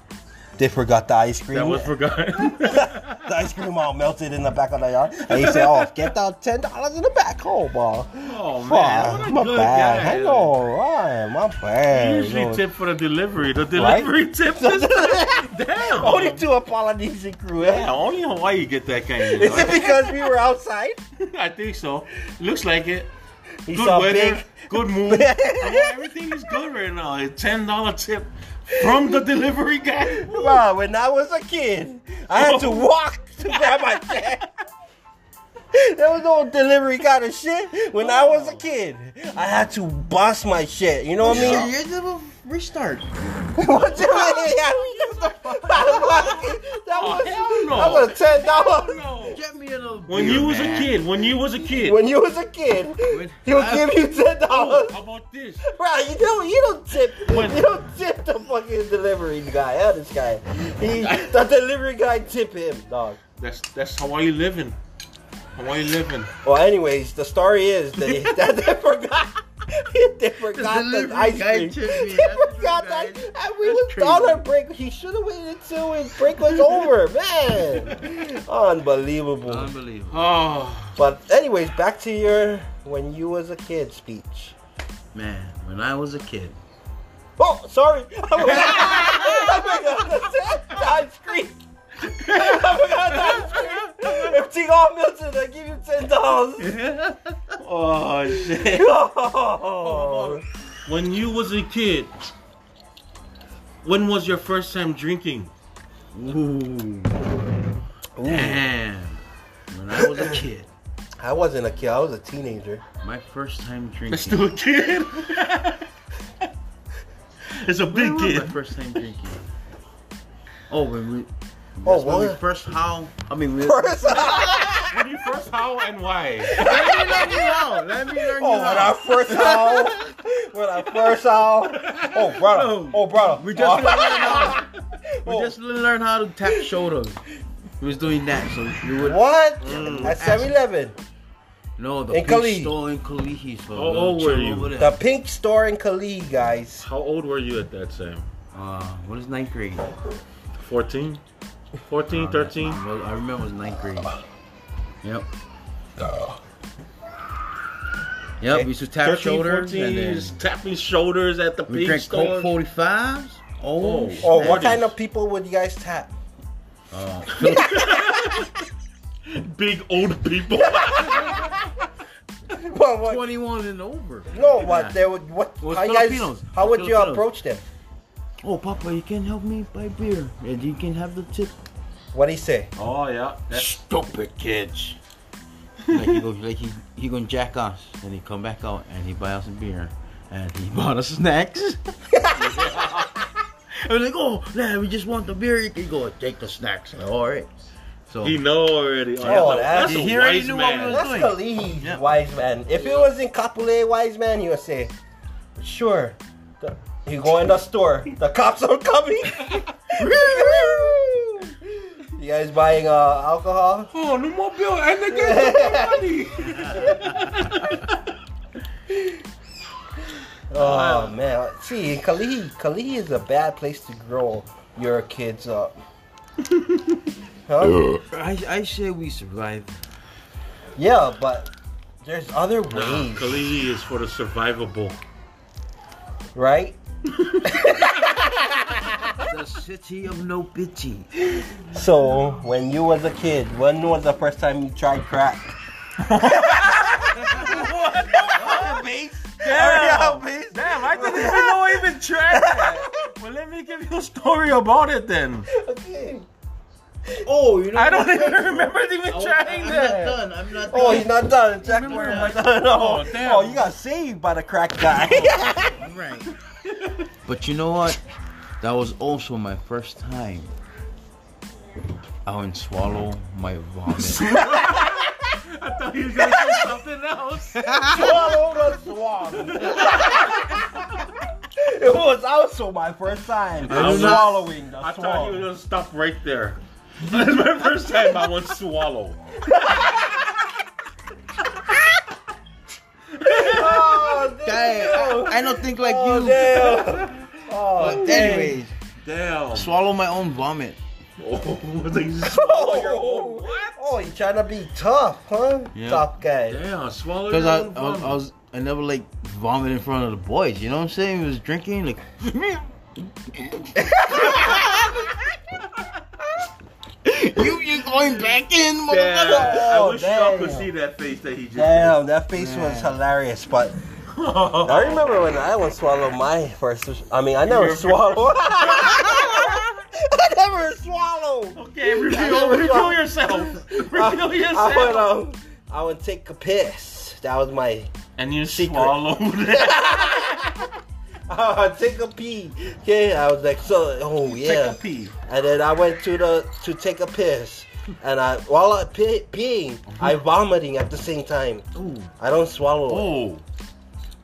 Speaker 1: They forgot the ice cream. [LAUGHS]
Speaker 4: That was forgotten.
Speaker 1: the ice cream all melted in the back of the yard. And he said, "Oh, get that ten dollars in the back hole, ball."
Speaker 4: Oh
Speaker 1: Fuck,
Speaker 4: man,
Speaker 1: my
Speaker 4: what a good
Speaker 1: bad.
Speaker 4: guy.
Speaker 1: Hang on, Ryan, my
Speaker 4: You
Speaker 1: bad.
Speaker 4: usually
Speaker 1: No.
Speaker 4: tip for the delivery. The
Speaker 1: [LAUGHS]
Speaker 4: delivery tip is [LAUGHS] damn.
Speaker 1: Only to a Polynesian crew.
Speaker 4: Yeah, only in Hawaii you get that kind of.
Speaker 1: Is it because we were outside?
Speaker 4: [LAUGHS] I think so. Looks like it.
Speaker 1: He
Speaker 4: Good
Speaker 1: saw
Speaker 4: weather.
Speaker 1: big. [LAUGHS]
Speaker 4: Good moon. I mean, everything is good right now. A ten dollar tip From the delivery guy?
Speaker 1: Bro, when I was a kid, I had to
Speaker 4: Oh.
Speaker 1: walk [LAUGHS] to grab my dad. There was no delivery kind of shit. When I was a kid, I had to boss my shit. You know what I mean?
Speaker 4: [LAUGHS]
Speaker 2: you had to have a restart.
Speaker 1: What you mean? [LAUGHS] I don't That was,
Speaker 4: Oh, hell no.
Speaker 1: that was ten dollars.
Speaker 2: Get me another
Speaker 4: When
Speaker 2: beer,
Speaker 4: you was
Speaker 2: man.
Speaker 4: a kid, when you was a kid.
Speaker 1: When you was a kid,
Speaker 2: When-
Speaker 1: he would give you ten
Speaker 4: Oh,
Speaker 1: dollars.
Speaker 4: how about this?
Speaker 1: Right, you don't you don't tip
Speaker 4: When-
Speaker 1: you don't tip the fucking delivery guy. Yeah, this guy.
Speaker 4: [LAUGHS]
Speaker 1: He the delivery guy tip him, dog.
Speaker 4: That's that's Hawaii living. Hawaii living.
Speaker 1: Well anyways, the story is
Speaker 2: [LAUGHS]
Speaker 1: that he, that they forgot they forgot the,
Speaker 2: delivery
Speaker 1: ice
Speaker 2: guy
Speaker 1: cream.
Speaker 2: tipped me.
Speaker 1: [LAUGHS] They
Speaker 2: That's what
Speaker 1: forgot
Speaker 2: I-
Speaker 1: that and we
Speaker 2: that's
Speaker 1: was
Speaker 2: crazy.
Speaker 1: on our break. He should have waited till his break was
Speaker 2: [LAUGHS]
Speaker 1: over, man. Unbelievable.
Speaker 2: Unbelievable.
Speaker 4: Oh,
Speaker 1: But anyways, back to your when you was a kid speech.
Speaker 2: Man, when I was a kid.
Speaker 1: Oh, sorry. [LAUGHS] I
Speaker 2: [LAUGHS]
Speaker 1: forgot. I forgot. Times Creek. I forgot Times Creek. If T. R. Milton, I give you ten
Speaker 2: [LAUGHS]
Speaker 1: dollars. [LAUGHS]
Speaker 4: oh shit.
Speaker 1: Oh.
Speaker 4: When you was a kid, when was your first time drinking?
Speaker 2: Ooh.
Speaker 1: Ooh,
Speaker 2: Damn. When I was a kid,
Speaker 1: I wasn't a kid. I was a teenager.
Speaker 2: my first time drinking.
Speaker 4: That's still a
Speaker 2: [LAUGHS]
Speaker 4: kid. it's a
Speaker 2: When
Speaker 4: big
Speaker 2: was
Speaker 4: kid.
Speaker 2: my first time drinking? Oh, when we.
Speaker 1: Oh,
Speaker 2: that's when we
Speaker 1: what?
Speaker 2: first how? I mean, we,
Speaker 1: [LAUGHS] First,
Speaker 4: When you first how and why?
Speaker 2: let me learn you how. Let me learn
Speaker 1: oh,
Speaker 2: you
Speaker 1: when I
Speaker 2: how.
Speaker 1: first saw, when I first saw, oh brother, oh brother,
Speaker 2: We just learned how. We
Speaker 1: [LAUGHS] Oh.
Speaker 2: just learned how to tap shoulders. We was doing that, so you would.
Speaker 1: what?
Speaker 2: Mm.
Speaker 1: At 7-Eleven,
Speaker 2: No, the
Speaker 1: In
Speaker 2: big
Speaker 1: Cali.
Speaker 2: store in Kalihi. So
Speaker 4: How old were you?
Speaker 1: the pink store in Cali, guys.
Speaker 4: How old were you at that time?
Speaker 2: uh, what is ninth grade?
Speaker 4: 14? 14,
Speaker 2: Oh,
Speaker 4: 13?
Speaker 2: Well, I remember it was ninth grade. Yep. Yep, we used to tap
Speaker 4: 13,
Speaker 2: shoulders and then
Speaker 4: 14s, tapping shoulders at the
Speaker 2: we
Speaker 4: big
Speaker 2: drank
Speaker 4: store.
Speaker 2: Coke 45s. Oh,
Speaker 4: Oh.
Speaker 1: Oh,
Speaker 2: snap.
Speaker 1: what
Speaker 4: Forties.
Speaker 1: kind of people would you guys tap? [LAUGHS]
Speaker 2: Uh, Philip-
Speaker 4: Big old
Speaker 2: [LAUGHS]
Speaker 4: people.
Speaker 1: Well, what,
Speaker 2: 21 and over.
Speaker 1: No, what
Speaker 2: Yeah.
Speaker 1: they would what?
Speaker 2: Well,
Speaker 1: how
Speaker 2: it's
Speaker 1: you guys?
Speaker 2: Filipinos.
Speaker 1: How would you
Speaker 2: Filipinos.
Speaker 1: approach them?
Speaker 2: Oh, Papa, you can help me buy beer. And you can have the tip.
Speaker 1: What do you say?
Speaker 4: oh, yeah. That's,
Speaker 2: Stupid kids. like he go, like he, he gonna jack us, and he come back out and he buy us a beer, and he [LAUGHS] bought us snacks. [LAUGHS] I was like, oh, nah, we just want the beer. You can go take the snacks. Like, All right. So
Speaker 4: he know already. Oh,
Speaker 1: Oh,
Speaker 4: that's,
Speaker 1: that's-
Speaker 4: a
Speaker 2: he already
Speaker 4: wise
Speaker 2: knew what we
Speaker 4: man.
Speaker 1: That's
Speaker 2: was- doing?
Speaker 1: Khalid,
Speaker 2: Yeah.
Speaker 1: wise man. If it was in Kapolei, wise man, you would say, sure. The- you go in the store, the cops are
Speaker 4: [LAUGHS]
Speaker 1: coming. you guys buying uh, alcohol?
Speaker 4: Oh, no more bill. And they gave me money.
Speaker 1: [LAUGHS] Oh man, see, Kalihi, Kalihi is a bad place to grow your kids
Speaker 4: [LAUGHS]
Speaker 1: up. Huh?
Speaker 2: I, I say we survived.
Speaker 1: Yeah, but there's other ways,
Speaker 4: Nah, Kalihi is for the survivable.
Speaker 1: right?
Speaker 2: The city of no bitchy.
Speaker 1: So, when you was a kid, when was the first time you tried crack?
Speaker 4: Damn, damn, I didn't even know I even tried that. Well, let me give you a story about it then.
Speaker 1: Okay.
Speaker 2: Oh, you know.
Speaker 4: I don't even [LAUGHS] remember even trying
Speaker 2: I'm not
Speaker 4: that.
Speaker 2: done. I'm not done.
Speaker 1: Oh, he's not done. Jack
Speaker 2: Remember
Speaker 1: Warren,
Speaker 2: that.
Speaker 1: not [LAUGHS] done. Oh,
Speaker 4: Oh, damn.
Speaker 1: oh, you got saved by the crack
Speaker 4: [LAUGHS]
Speaker 1: guy.
Speaker 2: Right. but you know what? That was also my first time. I would swallow my
Speaker 1: [LAUGHS]
Speaker 2: vomit.
Speaker 4: I thought he was gonna say something else.
Speaker 1: Swallow the swab. [LAUGHS] it was also my first time
Speaker 4: I'm not-
Speaker 1: swallowing the
Speaker 4: [LAUGHS] I thought he was
Speaker 1: swab.
Speaker 4: gonna stop right there. [LAUGHS] That's my first time I went swallow.
Speaker 1: [LAUGHS] Oh,
Speaker 2: Damn, I don't think like
Speaker 1: Oh,
Speaker 2: you. [LAUGHS]
Speaker 1: damn. Oh,
Speaker 2: But anyways,
Speaker 4: Damn. [LAUGHS]
Speaker 2: swallow my own vomit.
Speaker 4: Oh, [LAUGHS] like swallow your own.
Speaker 1: Oh, oh, you trying to be tough, huh?
Speaker 2: Yeah.
Speaker 1: Tough guy.
Speaker 4: Damn, swallow your
Speaker 2: Cause I,
Speaker 4: own.
Speaker 2: I, was- I was I never like vomit in front of the boys. You know what I'm saying? I was drinking like. [LAUGHS] you you going back in,
Speaker 4: Damn,
Speaker 2: motherfucker?
Speaker 4: Oh, I wish y'all could
Speaker 1: damn.
Speaker 4: see that face that he just
Speaker 1: Damn, that face
Speaker 2: Man.
Speaker 1: was hilarious. But
Speaker 4: [LAUGHS]
Speaker 1: I remember when I once swallowed my first. sushi- I mean, I never swallowed. [LAUGHS] I never
Speaker 3: [LAUGHS]
Speaker 1: swallowed.
Speaker 3: Okay,
Speaker 4: [LAUGHS]
Speaker 3: reveal, reveal yourself. Reveal
Speaker 1: I would,
Speaker 3: yourself.
Speaker 1: um, I would take a piss. That was
Speaker 3: [LAUGHS]
Speaker 1: my. [LAUGHS]
Speaker 4: And you
Speaker 1: Secret.
Speaker 4: [LAUGHS] swallowed it.
Speaker 1: I would take a pee. Okay, I was like, so, oh yeah.
Speaker 3: Take a pee.
Speaker 1: And then I went to the to take a piss, and I while I pee, peeing, I vomiting at the same time. I don't swallow, it.
Speaker 4: Mm-hmm. Oh,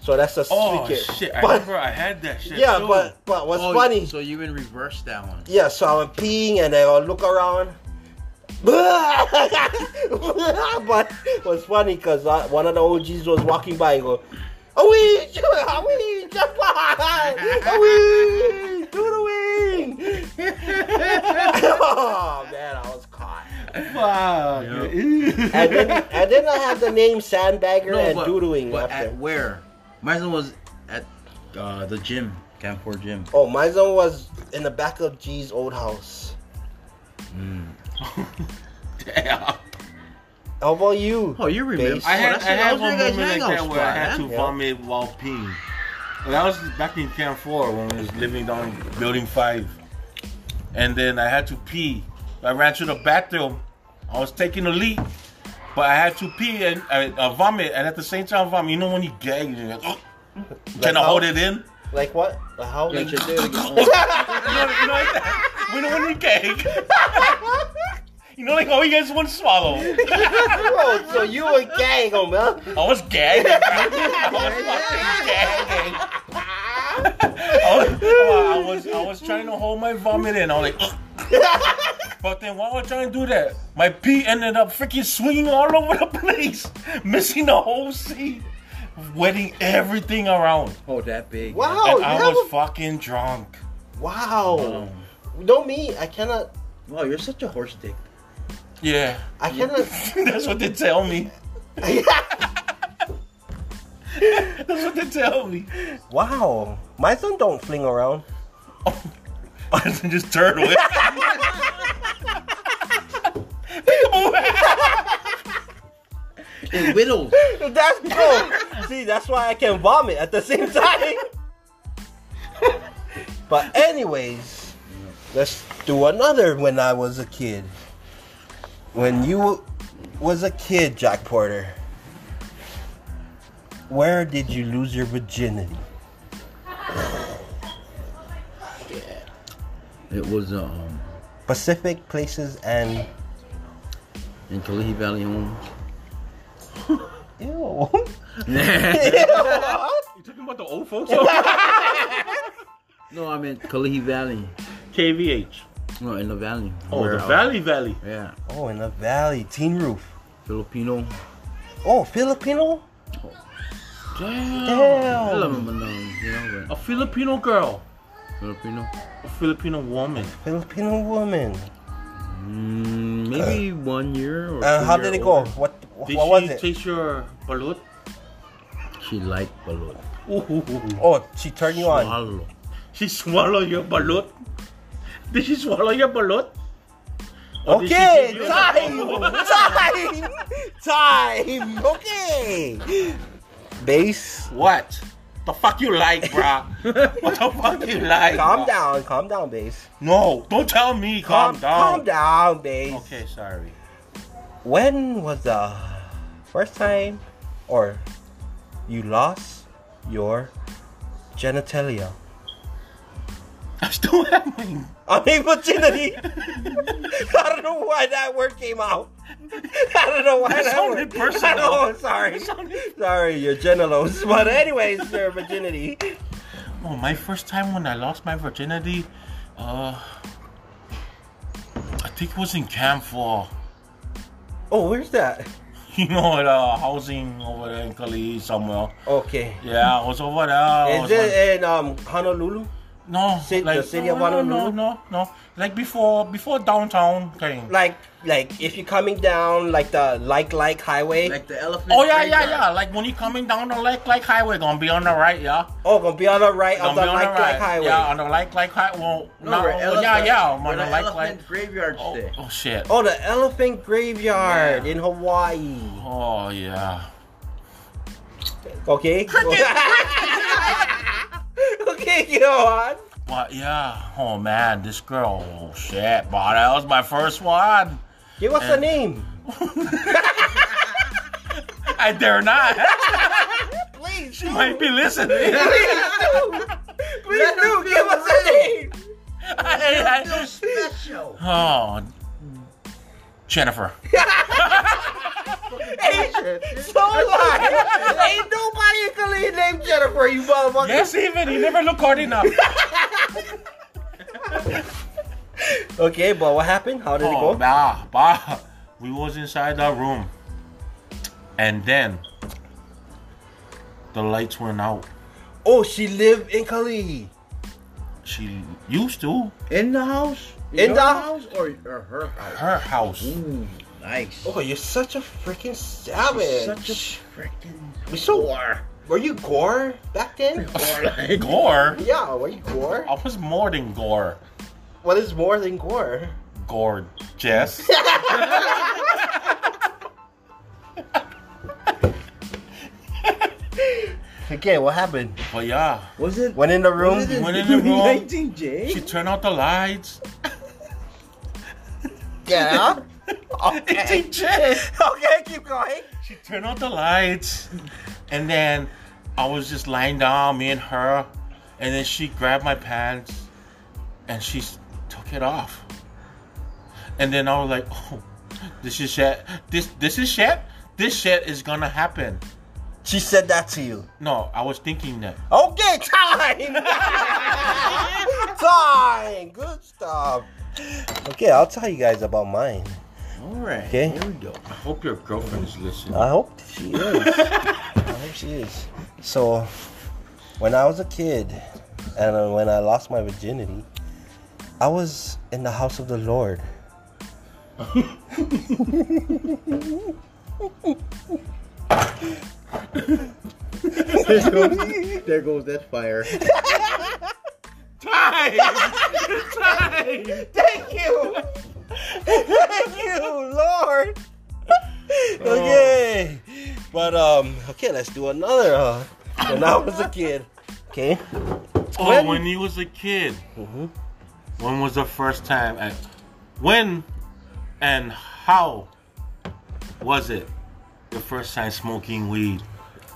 Speaker 1: so that's a
Speaker 4: oh
Speaker 1: secret.
Speaker 4: shit! I
Speaker 1: But-
Speaker 4: remember I had that shit.
Speaker 1: yeah,
Speaker 4: too.
Speaker 1: but but what's
Speaker 2: Oh,
Speaker 1: funny?
Speaker 2: So you in reverse that one.
Speaker 1: Yeah, so I'm peeing and I look around. [LAUGHS] but what's funny because one of the OGs was walking by and go, a wing, a wing, jump on, a wing, do the wing. [LAUGHS] oh man, I was caught.
Speaker 3: Wow.
Speaker 1: And then, and then I have the name Sandbagger
Speaker 2: No,
Speaker 1: and
Speaker 2: but,
Speaker 1: Doodling
Speaker 2: but
Speaker 1: after.
Speaker 2: at where? Myson was at uh, the gym, Campore gym.
Speaker 1: oh, my zone was in the back of G's old house.
Speaker 4: Damn.
Speaker 1: How about you?
Speaker 2: Oh, you remember?
Speaker 1: Base.
Speaker 4: I had,
Speaker 2: oh,
Speaker 4: I
Speaker 2: that's- that
Speaker 4: had
Speaker 2: was
Speaker 4: one
Speaker 2: your guys'
Speaker 4: moment like
Speaker 2: hangout
Speaker 4: that where I
Speaker 2: spot,
Speaker 4: had
Speaker 2: huh?
Speaker 4: to
Speaker 1: Yeah.
Speaker 4: vomit while peeing. And that was back in Camp 4 when we was living down in Building 5. And then I had to pee. I ran to the bathroom. I was taking a leak, but I had to pee and I, I vomit. And at the same time, vomit. You know when you gag, you like, "Ugh." can I
Speaker 1: how?
Speaker 4: hold it in?
Speaker 1: Like what? How?
Speaker 2: Yeah, just did it again.
Speaker 4: You know, you know, like that. You know when you gag.
Speaker 1: [LAUGHS]
Speaker 4: you know, like, oh, you guys want to swallow. I
Speaker 1: Bro, so you were gang on man.
Speaker 4: was
Speaker 1: [LAUGHS]
Speaker 4: gagging. dude. I was fucking gagging. I was, I was I was trying to hold my vomit in.
Speaker 1: [LAUGHS]
Speaker 4: I was like, but then while I was trying to do that, my pee ended up freaking swinging all over the place, [LAUGHS] missing the whole seat, wetting everything around.
Speaker 2: Oh, that big.
Speaker 1: Wow,
Speaker 4: and
Speaker 1: you
Speaker 4: I
Speaker 1: have
Speaker 4: was
Speaker 1: a-
Speaker 4: fucking drunk.
Speaker 1: wow. No, me, I cannot.
Speaker 2: Um, Wow, you're such a horse dick.
Speaker 4: Yeah, [LAUGHS]
Speaker 1: I cannot.
Speaker 4: that's what they tell me. [LAUGHS]
Speaker 1: [LAUGHS]
Speaker 4: That's what they tell me. [LAUGHS]
Speaker 1: wow, my son don't fling around.
Speaker 4: I just
Speaker 1: [LAUGHS]
Speaker 4: turned away. [LAUGHS]
Speaker 2: It whittles.
Speaker 1: That's bro. See, that's why I can vomit at the same time. [LAUGHS] but anyways, let's do another. When I was a kid, when you was a kid, Jack Porter, where did you lose your virginity?
Speaker 2: It was um
Speaker 1: Pacific places and
Speaker 2: in Kalihi Valley Homes. [LAUGHS]
Speaker 1: Ew.
Speaker 3: You talking about the old folks? [LAUGHS] home?
Speaker 2: no, I meant Kalihi Valley.
Speaker 3: KVH.
Speaker 2: No, in the valley.
Speaker 3: Oh,
Speaker 2: Where,
Speaker 3: the
Speaker 2: uh,
Speaker 3: Valley Valley.
Speaker 2: Yeah,
Speaker 1: oh, in the valley, teen roof.
Speaker 2: Filipino.
Speaker 1: Oh, Filipino?
Speaker 3: Damn.
Speaker 2: I love
Speaker 1: Damn.
Speaker 2: them, you know,
Speaker 3: A Filipino girl.
Speaker 2: but Filipino.
Speaker 3: A Filipino woman.
Speaker 1: Filipino woman.
Speaker 2: Mm, maybe one year or
Speaker 1: Uh,
Speaker 2: two
Speaker 1: how
Speaker 2: year
Speaker 1: did it go?
Speaker 2: older.
Speaker 1: What
Speaker 3: Did
Speaker 1: what
Speaker 3: she
Speaker 1: was it?
Speaker 3: taste your balut? [LAUGHS]
Speaker 2: She liked balut.
Speaker 3: Ooh, ooh, ooh.
Speaker 1: Oh, she turned you on.
Speaker 2: Swallow.
Speaker 3: She swallowed your balut? Did she swallow your balut? Or did she
Speaker 1: Okay,
Speaker 3: give you-
Speaker 1: time, time, time. Okay. Base.
Speaker 4: What? The fuck you like,
Speaker 3: [LAUGHS]
Speaker 4: bruh? what the fuck you like?
Speaker 1: Calm
Speaker 4: bruh?
Speaker 1: down, calm down, base.
Speaker 4: No, don't tell me. Calm,
Speaker 1: Calm
Speaker 4: down.
Speaker 1: down, base.
Speaker 4: Okay, sorry. [LAUGHS]
Speaker 1: When was the first time or you lost your genitalia?
Speaker 4: I still have my.
Speaker 1: I mean virginity. [LAUGHS] I don't know why that word came out. I don't know why
Speaker 4: That's
Speaker 1: that
Speaker 4: only
Speaker 1: word.
Speaker 4: personal.
Speaker 1: I [LAUGHS] know, sorry. Sorry, your genitals. [LAUGHS] But anyways, your virginity.
Speaker 4: Oh, my first time when I lost my virginity, uh, I think it was in Camp 4.
Speaker 1: Oh, where's that?
Speaker 4: [LAUGHS] You know, at uh, housing over there in Cali somewhere.
Speaker 1: Okay.
Speaker 4: Yeah, I was over there. I was
Speaker 1: Is
Speaker 4: like-
Speaker 1: it in um Honolulu?
Speaker 4: no,
Speaker 1: Ci- the
Speaker 4: like,
Speaker 1: city
Speaker 4: no,
Speaker 1: of
Speaker 4: no, no,
Speaker 1: Honolulu?
Speaker 4: no, no, like before, before downtown thing.
Speaker 1: Like like if you're coming down like the like like highway.
Speaker 2: Like the elephant.
Speaker 4: oh yeah, yeah,
Speaker 2: graveyard.
Speaker 4: yeah. Like when you coming down the like, like highway, gonna be on the right, yeah.
Speaker 1: oh gonna be on the right of
Speaker 4: Gonna
Speaker 1: the
Speaker 4: be on
Speaker 1: like
Speaker 4: the right.
Speaker 1: like highway.
Speaker 4: Yeah, on the like, like highway. Well,
Speaker 2: No,
Speaker 4: no,
Speaker 2: where
Speaker 4: oh,
Speaker 2: elephant,
Speaker 4: yeah, yeah, I'm
Speaker 2: where
Speaker 4: on the
Speaker 2: the
Speaker 4: like, like.
Speaker 2: elephant graveyard
Speaker 4: Oh,
Speaker 2: sit.
Speaker 4: oh shit.
Speaker 1: Oh the elephant graveyard in Hawaii.
Speaker 4: Oh yeah.
Speaker 1: Okay. [LAUGHS] okay, go on.
Speaker 4: What? Yeah. Oh man, this girl. Oh shit, boy, that was my first one.
Speaker 1: Give us a name.
Speaker 4: I dare not. [LAUGHS] Please.
Speaker 1: [LAUGHS]
Speaker 4: She might be listening. [LAUGHS]
Speaker 1: Please do. Give us a name.
Speaker 4: I- I- [LAUGHS] oh, Jennifer.
Speaker 1: So why? [LAUGHS] Ain't nobody in Khalid named Jennifer, you motherfucker.
Speaker 4: Yes, even he never looked hard [LAUGHS] enough.
Speaker 1: Okay, but what happened? How did it
Speaker 4: Oh,
Speaker 1: go?
Speaker 4: nah, bah. We was inside that room, and then the lights went out.
Speaker 1: Oh, she lived in Khalid.
Speaker 4: She used to
Speaker 2: In the house?
Speaker 1: In
Speaker 2: Your
Speaker 1: the-
Speaker 2: house or, or her house?
Speaker 4: her house.
Speaker 2: Ooh, nice.
Speaker 1: Oh, you're such a freaking savage.
Speaker 2: Such a
Speaker 4: [LAUGHS]
Speaker 2: freaking
Speaker 1: We're so.
Speaker 2: whore.
Speaker 1: Were you gore back then?
Speaker 2: Whore, like.
Speaker 4: Gore.
Speaker 1: [LAUGHS] yeah, were you gore?
Speaker 4: I was more than gore.
Speaker 1: What is more than gore?
Speaker 4: Gorgeous.
Speaker 1: Okay, what happened?
Speaker 4: but yeah,
Speaker 2: Was it?
Speaker 1: Went in the room.
Speaker 2: was it [LAUGHS]
Speaker 4: Went in the room.
Speaker 2: 19J?
Speaker 4: she turned out the [LAUGHS] lights.
Speaker 1: Get [LAUGHS] out.
Speaker 4: It's
Speaker 1: Okay.
Speaker 4: a jet.
Speaker 1: okay, keep going.
Speaker 4: She turned out the lights, and then I was just lying down, me and her, and then she grabbed my pants, and she s- took it off. And then I was like, [LAUGHS] "Oh, this is shit. This this is shit. This shit is gonna happen."
Speaker 1: She said that to you.
Speaker 4: No, I was thinking that.
Speaker 1: Okay, time. [LAUGHS] time. Good stuff. Okay, I'll tell you guys about mine.
Speaker 2: Alright.
Speaker 1: Okay.
Speaker 2: Here we go.
Speaker 6: I hope your girlfriend is listening.
Speaker 1: I hope she is. I hope she is. So, when I was a kid, and uh, when I lost my virginity, I was in the house of the Lord.
Speaker 2: there, goes, there goes that fire.
Speaker 1: Thank you. Thank you, Lord. Okay. But um okay, let's do another uh when I was a kid. Okay.
Speaker 4: Oh,
Speaker 1: When- Mm-hmm.
Speaker 4: when, he was a kid. When was the first time? And when and how was it the first time smoking weed?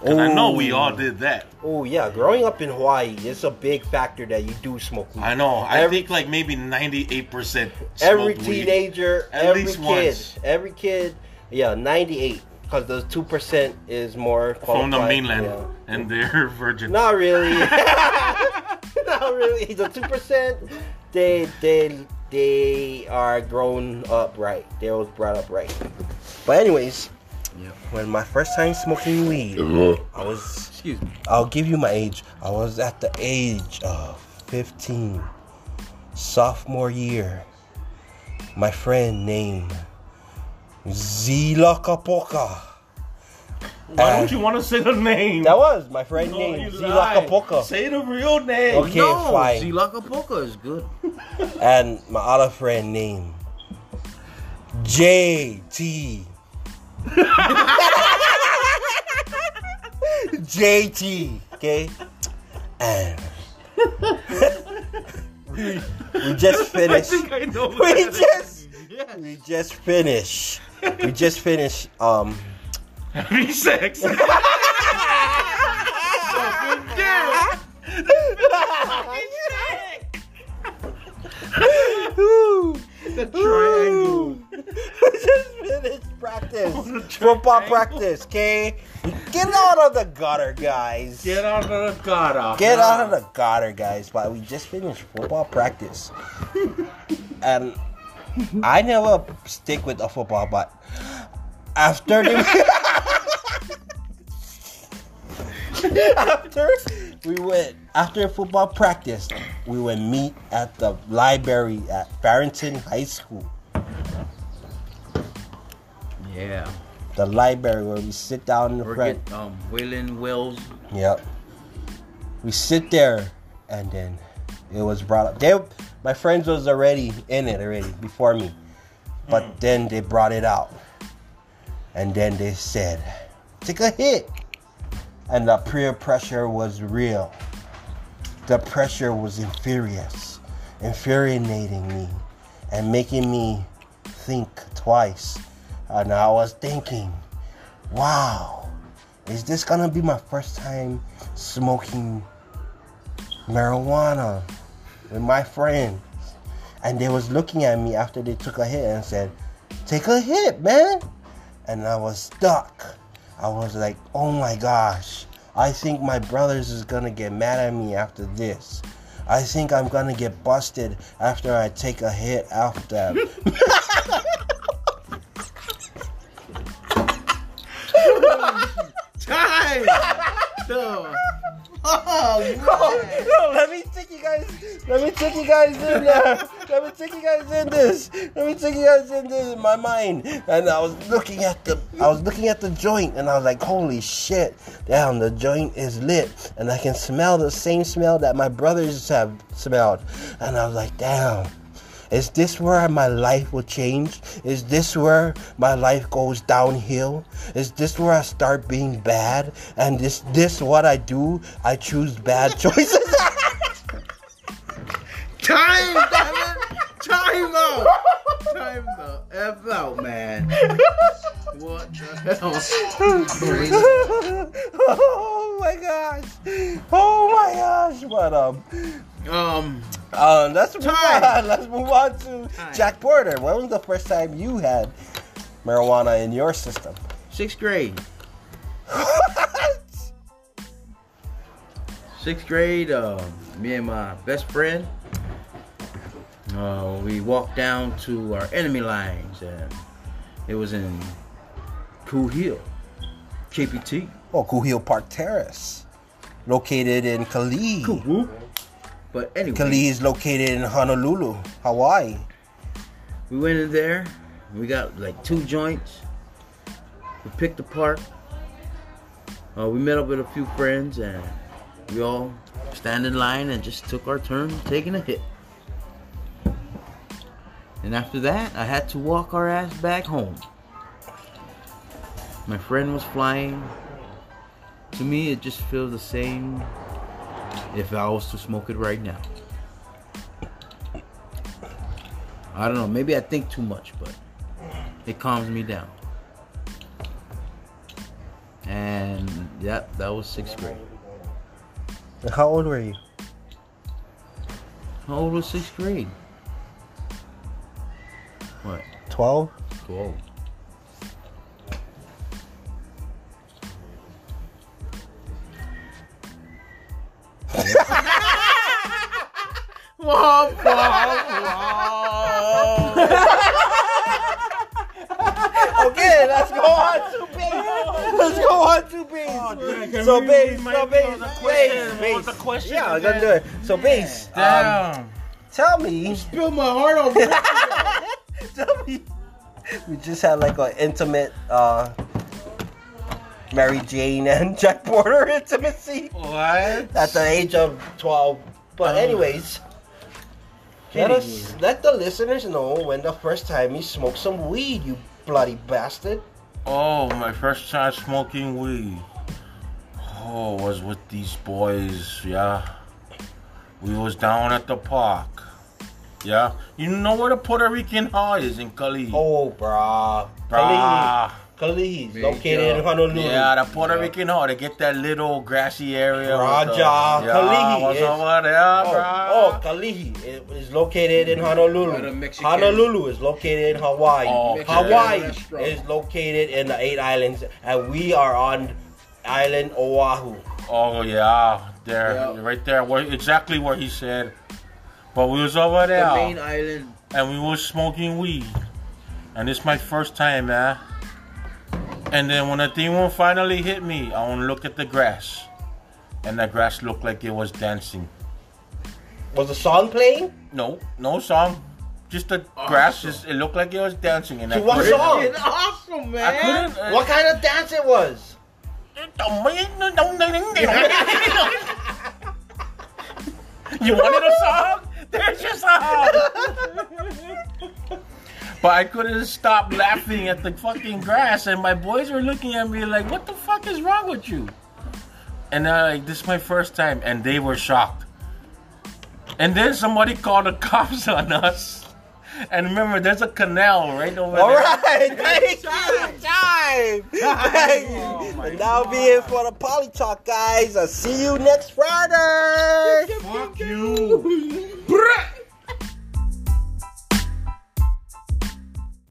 Speaker 4: Because I know we all did that.
Speaker 1: Oh yeah, growing up in Hawaii, it's a big factor that you do smoke weed.
Speaker 4: I know. I
Speaker 1: Every-
Speaker 4: think like maybe ninety-eight percent.
Speaker 1: every teenager,
Speaker 4: At
Speaker 1: every
Speaker 4: least
Speaker 1: kid,
Speaker 4: once.
Speaker 1: every kid, yeah, 98 because the 2% is more
Speaker 4: from the
Speaker 1: qualified,
Speaker 4: mainland,
Speaker 1: yeah.
Speaker 4: and they're [LAUGHS] virgin.
Speaker 1: Not
Speaker 4: [LAUGHS]
Speaker 1: really. [LAUGHS] Not really. The 2% they they they are grown up right. They was brought up right. But anyways,
Speaker 2: Yep.
Speaker 1: when my first time smoking weed, I was
Speaker 2: Excuse me.
Speaker 1: I'll give you my age. I was at the age of 15, sophomore year. My friend named Zila Kapoka.
Speaker 4: Why don't you want to say the name?
Speaker 1: That was my friend
Speaker 4: No, you
Speaker 1: named Zila
Speaker 4: lie.
Speaker 1: Kapoka.
Speaker 4: Say the real name.
Speaker 1: Okay,
Speaker 2: no,
Speaker 1: fine.
Speaker 2: Zilaka Polka is good.
Speaker 1: And my other friend named [LAUGHS] JT. JT, okay? And we just finished.
Speaker 4: [LAUGHS] I know.
Speaker 1: we just we just finished. We just finished. Um,
Speaker 4: Having
Speaker 1: [LAUGHS]
Speaker 4: sex.
Speaker 2: The triangle.
Speaker 1: [LAUGHS] we just finished
Speaker 2: [LAUGHS]
Speaker 1: practice. Football practice. Okay, get out of the gutter, guys.
Speaker 4: Get out of the gutter.
Speaker 1: Get out of the gutter, guys. But we just finished football practice, and I never stick with the football, but after the [LAUGHS] after we went after football practice, we would meet at the library at Farrington High School.
Speaker 2: Yeah.
Speaker 1: The library where we sit down in the
Speaker 2: Or
Speaker 1: front.
Speaker 2: get um, Waylon Wells.
Speaker 1: Yep. We sit there, and then it was brought up. They, my friends was already in it already before me, but then they brought it out, and then they said, "Take a hit." and the peer pressure was real. The pressure was infurious, infuriating me, and making me think twice. And I was thinking, wow, is this gonna be my first time smoking marijuana with my friends? And they was looking at me after they took a hit and said, take a hit, man. And I was stuck. I was like, oh my gosh, I think my brothers is gonna get mad at me after this. I think I'm gonna get busted after I take a hit after them.
Speaker 2: Time. no.
Speaker 1: no, let me take you guys. Let me take you guys in there. Let me take you guys in this. Let me take you guys in this in my mind. And I was looking at the, I was looking at the joint, and I was like, holy shit! Damn, the joint is lit, and I can smell the same smell that my brothers have smelled. And I was like, damn. Is this where my life will change? Is this where my life goes downhill? Is this where I start being bad? And is this what I do? I choose
Speaker 2: [LAUGHS]
Speaker 1: bad choices.
Speaker 2: Time, damn it. Time out. Time the F out, man. What the hell?
Speaker 1: oh my gosh! Oh my gosh! But um,
Speaker 2: Um,
Speaker 1: um let's move
Speaker 2: Time.
Speaker 1: on. [LAUGHS] Let's move on to
Speaker 2: Time.
Speaker 1: Jack Porter. When was the first time you had marijuana in your system? [LAUGHS]
Speaker 2: sixth grade. Sixth grade, uh, me and my best friend, uh, we walked down to our enemy lines, and it was in Cool Hill, KPT.
Speaker 1: Oh, Cool Hill Park Terrace, located in Kali.
Speaker 2: But anyway,
Speaker 1: Kali is located in Honolulu, Hawaii.
Speaker 2: we went in there. We got like two joints. We picked the park. Uh, we met up with a few friends, and we all stand in line and just took our turn taking a hit. And after that, I had to walk our ass back home. My friend was flying. To me, it just feels the same if I was to smoke it right now. I don't know. Maybe I think too much, but it calms me down. And yeah, that was sixth grade.
Speaker 1: And How old were you?
Speaker 2: How old was sixth grade? What?
Speaker 1: 12?
Speaker 2: Twelve.
Speaker 1: Okay, let's go on to base. Let's go on to base. so base, so base, base, base. The question yeah, I'm gonna do it. So base, um,
Speaker 4: Damn.
Speaker 1: tell me,
Speaker 2: Spill my heart over.
Speaker 1: [LAUGHS] tell me. We just had like an intimate, uh, Mary Jane and [LAUGHS] Jack Porter intimacy.
Speaker 4: what?
Speaker 1: at the age of 12. But anyways, let us let the listeners know when the first time you smoked some weed, you bloody bastard.
Speaker 4: Oh, my first time smoking weed. Oh, was with these boys, yeah. We was down at the park. Yeah. You know where the Puerto Rican hall is in Cali.
Speaker 1: Oh, brah.
Speaker 4: Bruh.
Speaker 1: Khalid,
Speaker 2: Big
Speaker 1: located in
Speaker 2: job.
Speaker 1: Honolulu.
Speaker 4: Yeah, the Puerto Rican hall. They get that little grassy area. with the-
Speaker 1: Raja
Speaker 4: yeah,
Speaker 1: Kalihi
Speaker 4: was
Speaker 1: is-
Speaker 4: over there, bruh.
Speaker 1: Oh, oh, Kalihi i- is located in
Speaker 2: Where the
Speaker 1: Honolulu.
Speaker 2: Mexican-
Speaker 1: Honolulu is located in Hawaii.
Speaker 4: Oh, okay.
Speaker 1: Hawaii
Speaker 2: Restaurant.
Speaker 1: is located in the eight islands, and we are on island Oahu.
Speaker 4: Oh yeah, there,
Speaker 2: Yeah.
Speaker 4: right there, where, exactly where he said. But we was over
Speaker 2: The
Speaker 4: there,
Speaker 2: main island.
Speaker 4: and we was smoking weed, and it's my first time, man. And then when the thing one finally hit me, I want to look at the grass, and the grass looked like it was dancing.
Speaker 1: Was the song playing?
Speaker 4: No, no song, just the grass. Just it looked like it was dancing, and
Speaker 1: To
Speaker 4: I
Speaker 1: Oh, what
Speaker 4: couldn't-
Speaker 1: song?
Speaker 2: It's awesome,
Speaker 4: I
Speaker 2: man.
Speaker 4: couldn't. uh,
Speaker 1: What kind of dance it was?
Speaker 4: you wanted a song? There's your song. but I couldn't stop laughing at the fucking grass, and my boys were looking at me like, "What the fuck is wrong with you?" And I like, this is my first time, and they were shocked. And then somebody called the [LAUGHS] cops on us. And remember, there's a canal right over
Speaker 1: All
Speaker 4: there.
Speaker 1: right, thank you, time. Thank you. and that'll be it for the Poly Talk, guys. I'll see you next Friday.
Speaker 4: Fuck you.
Speaker 3: Bruh!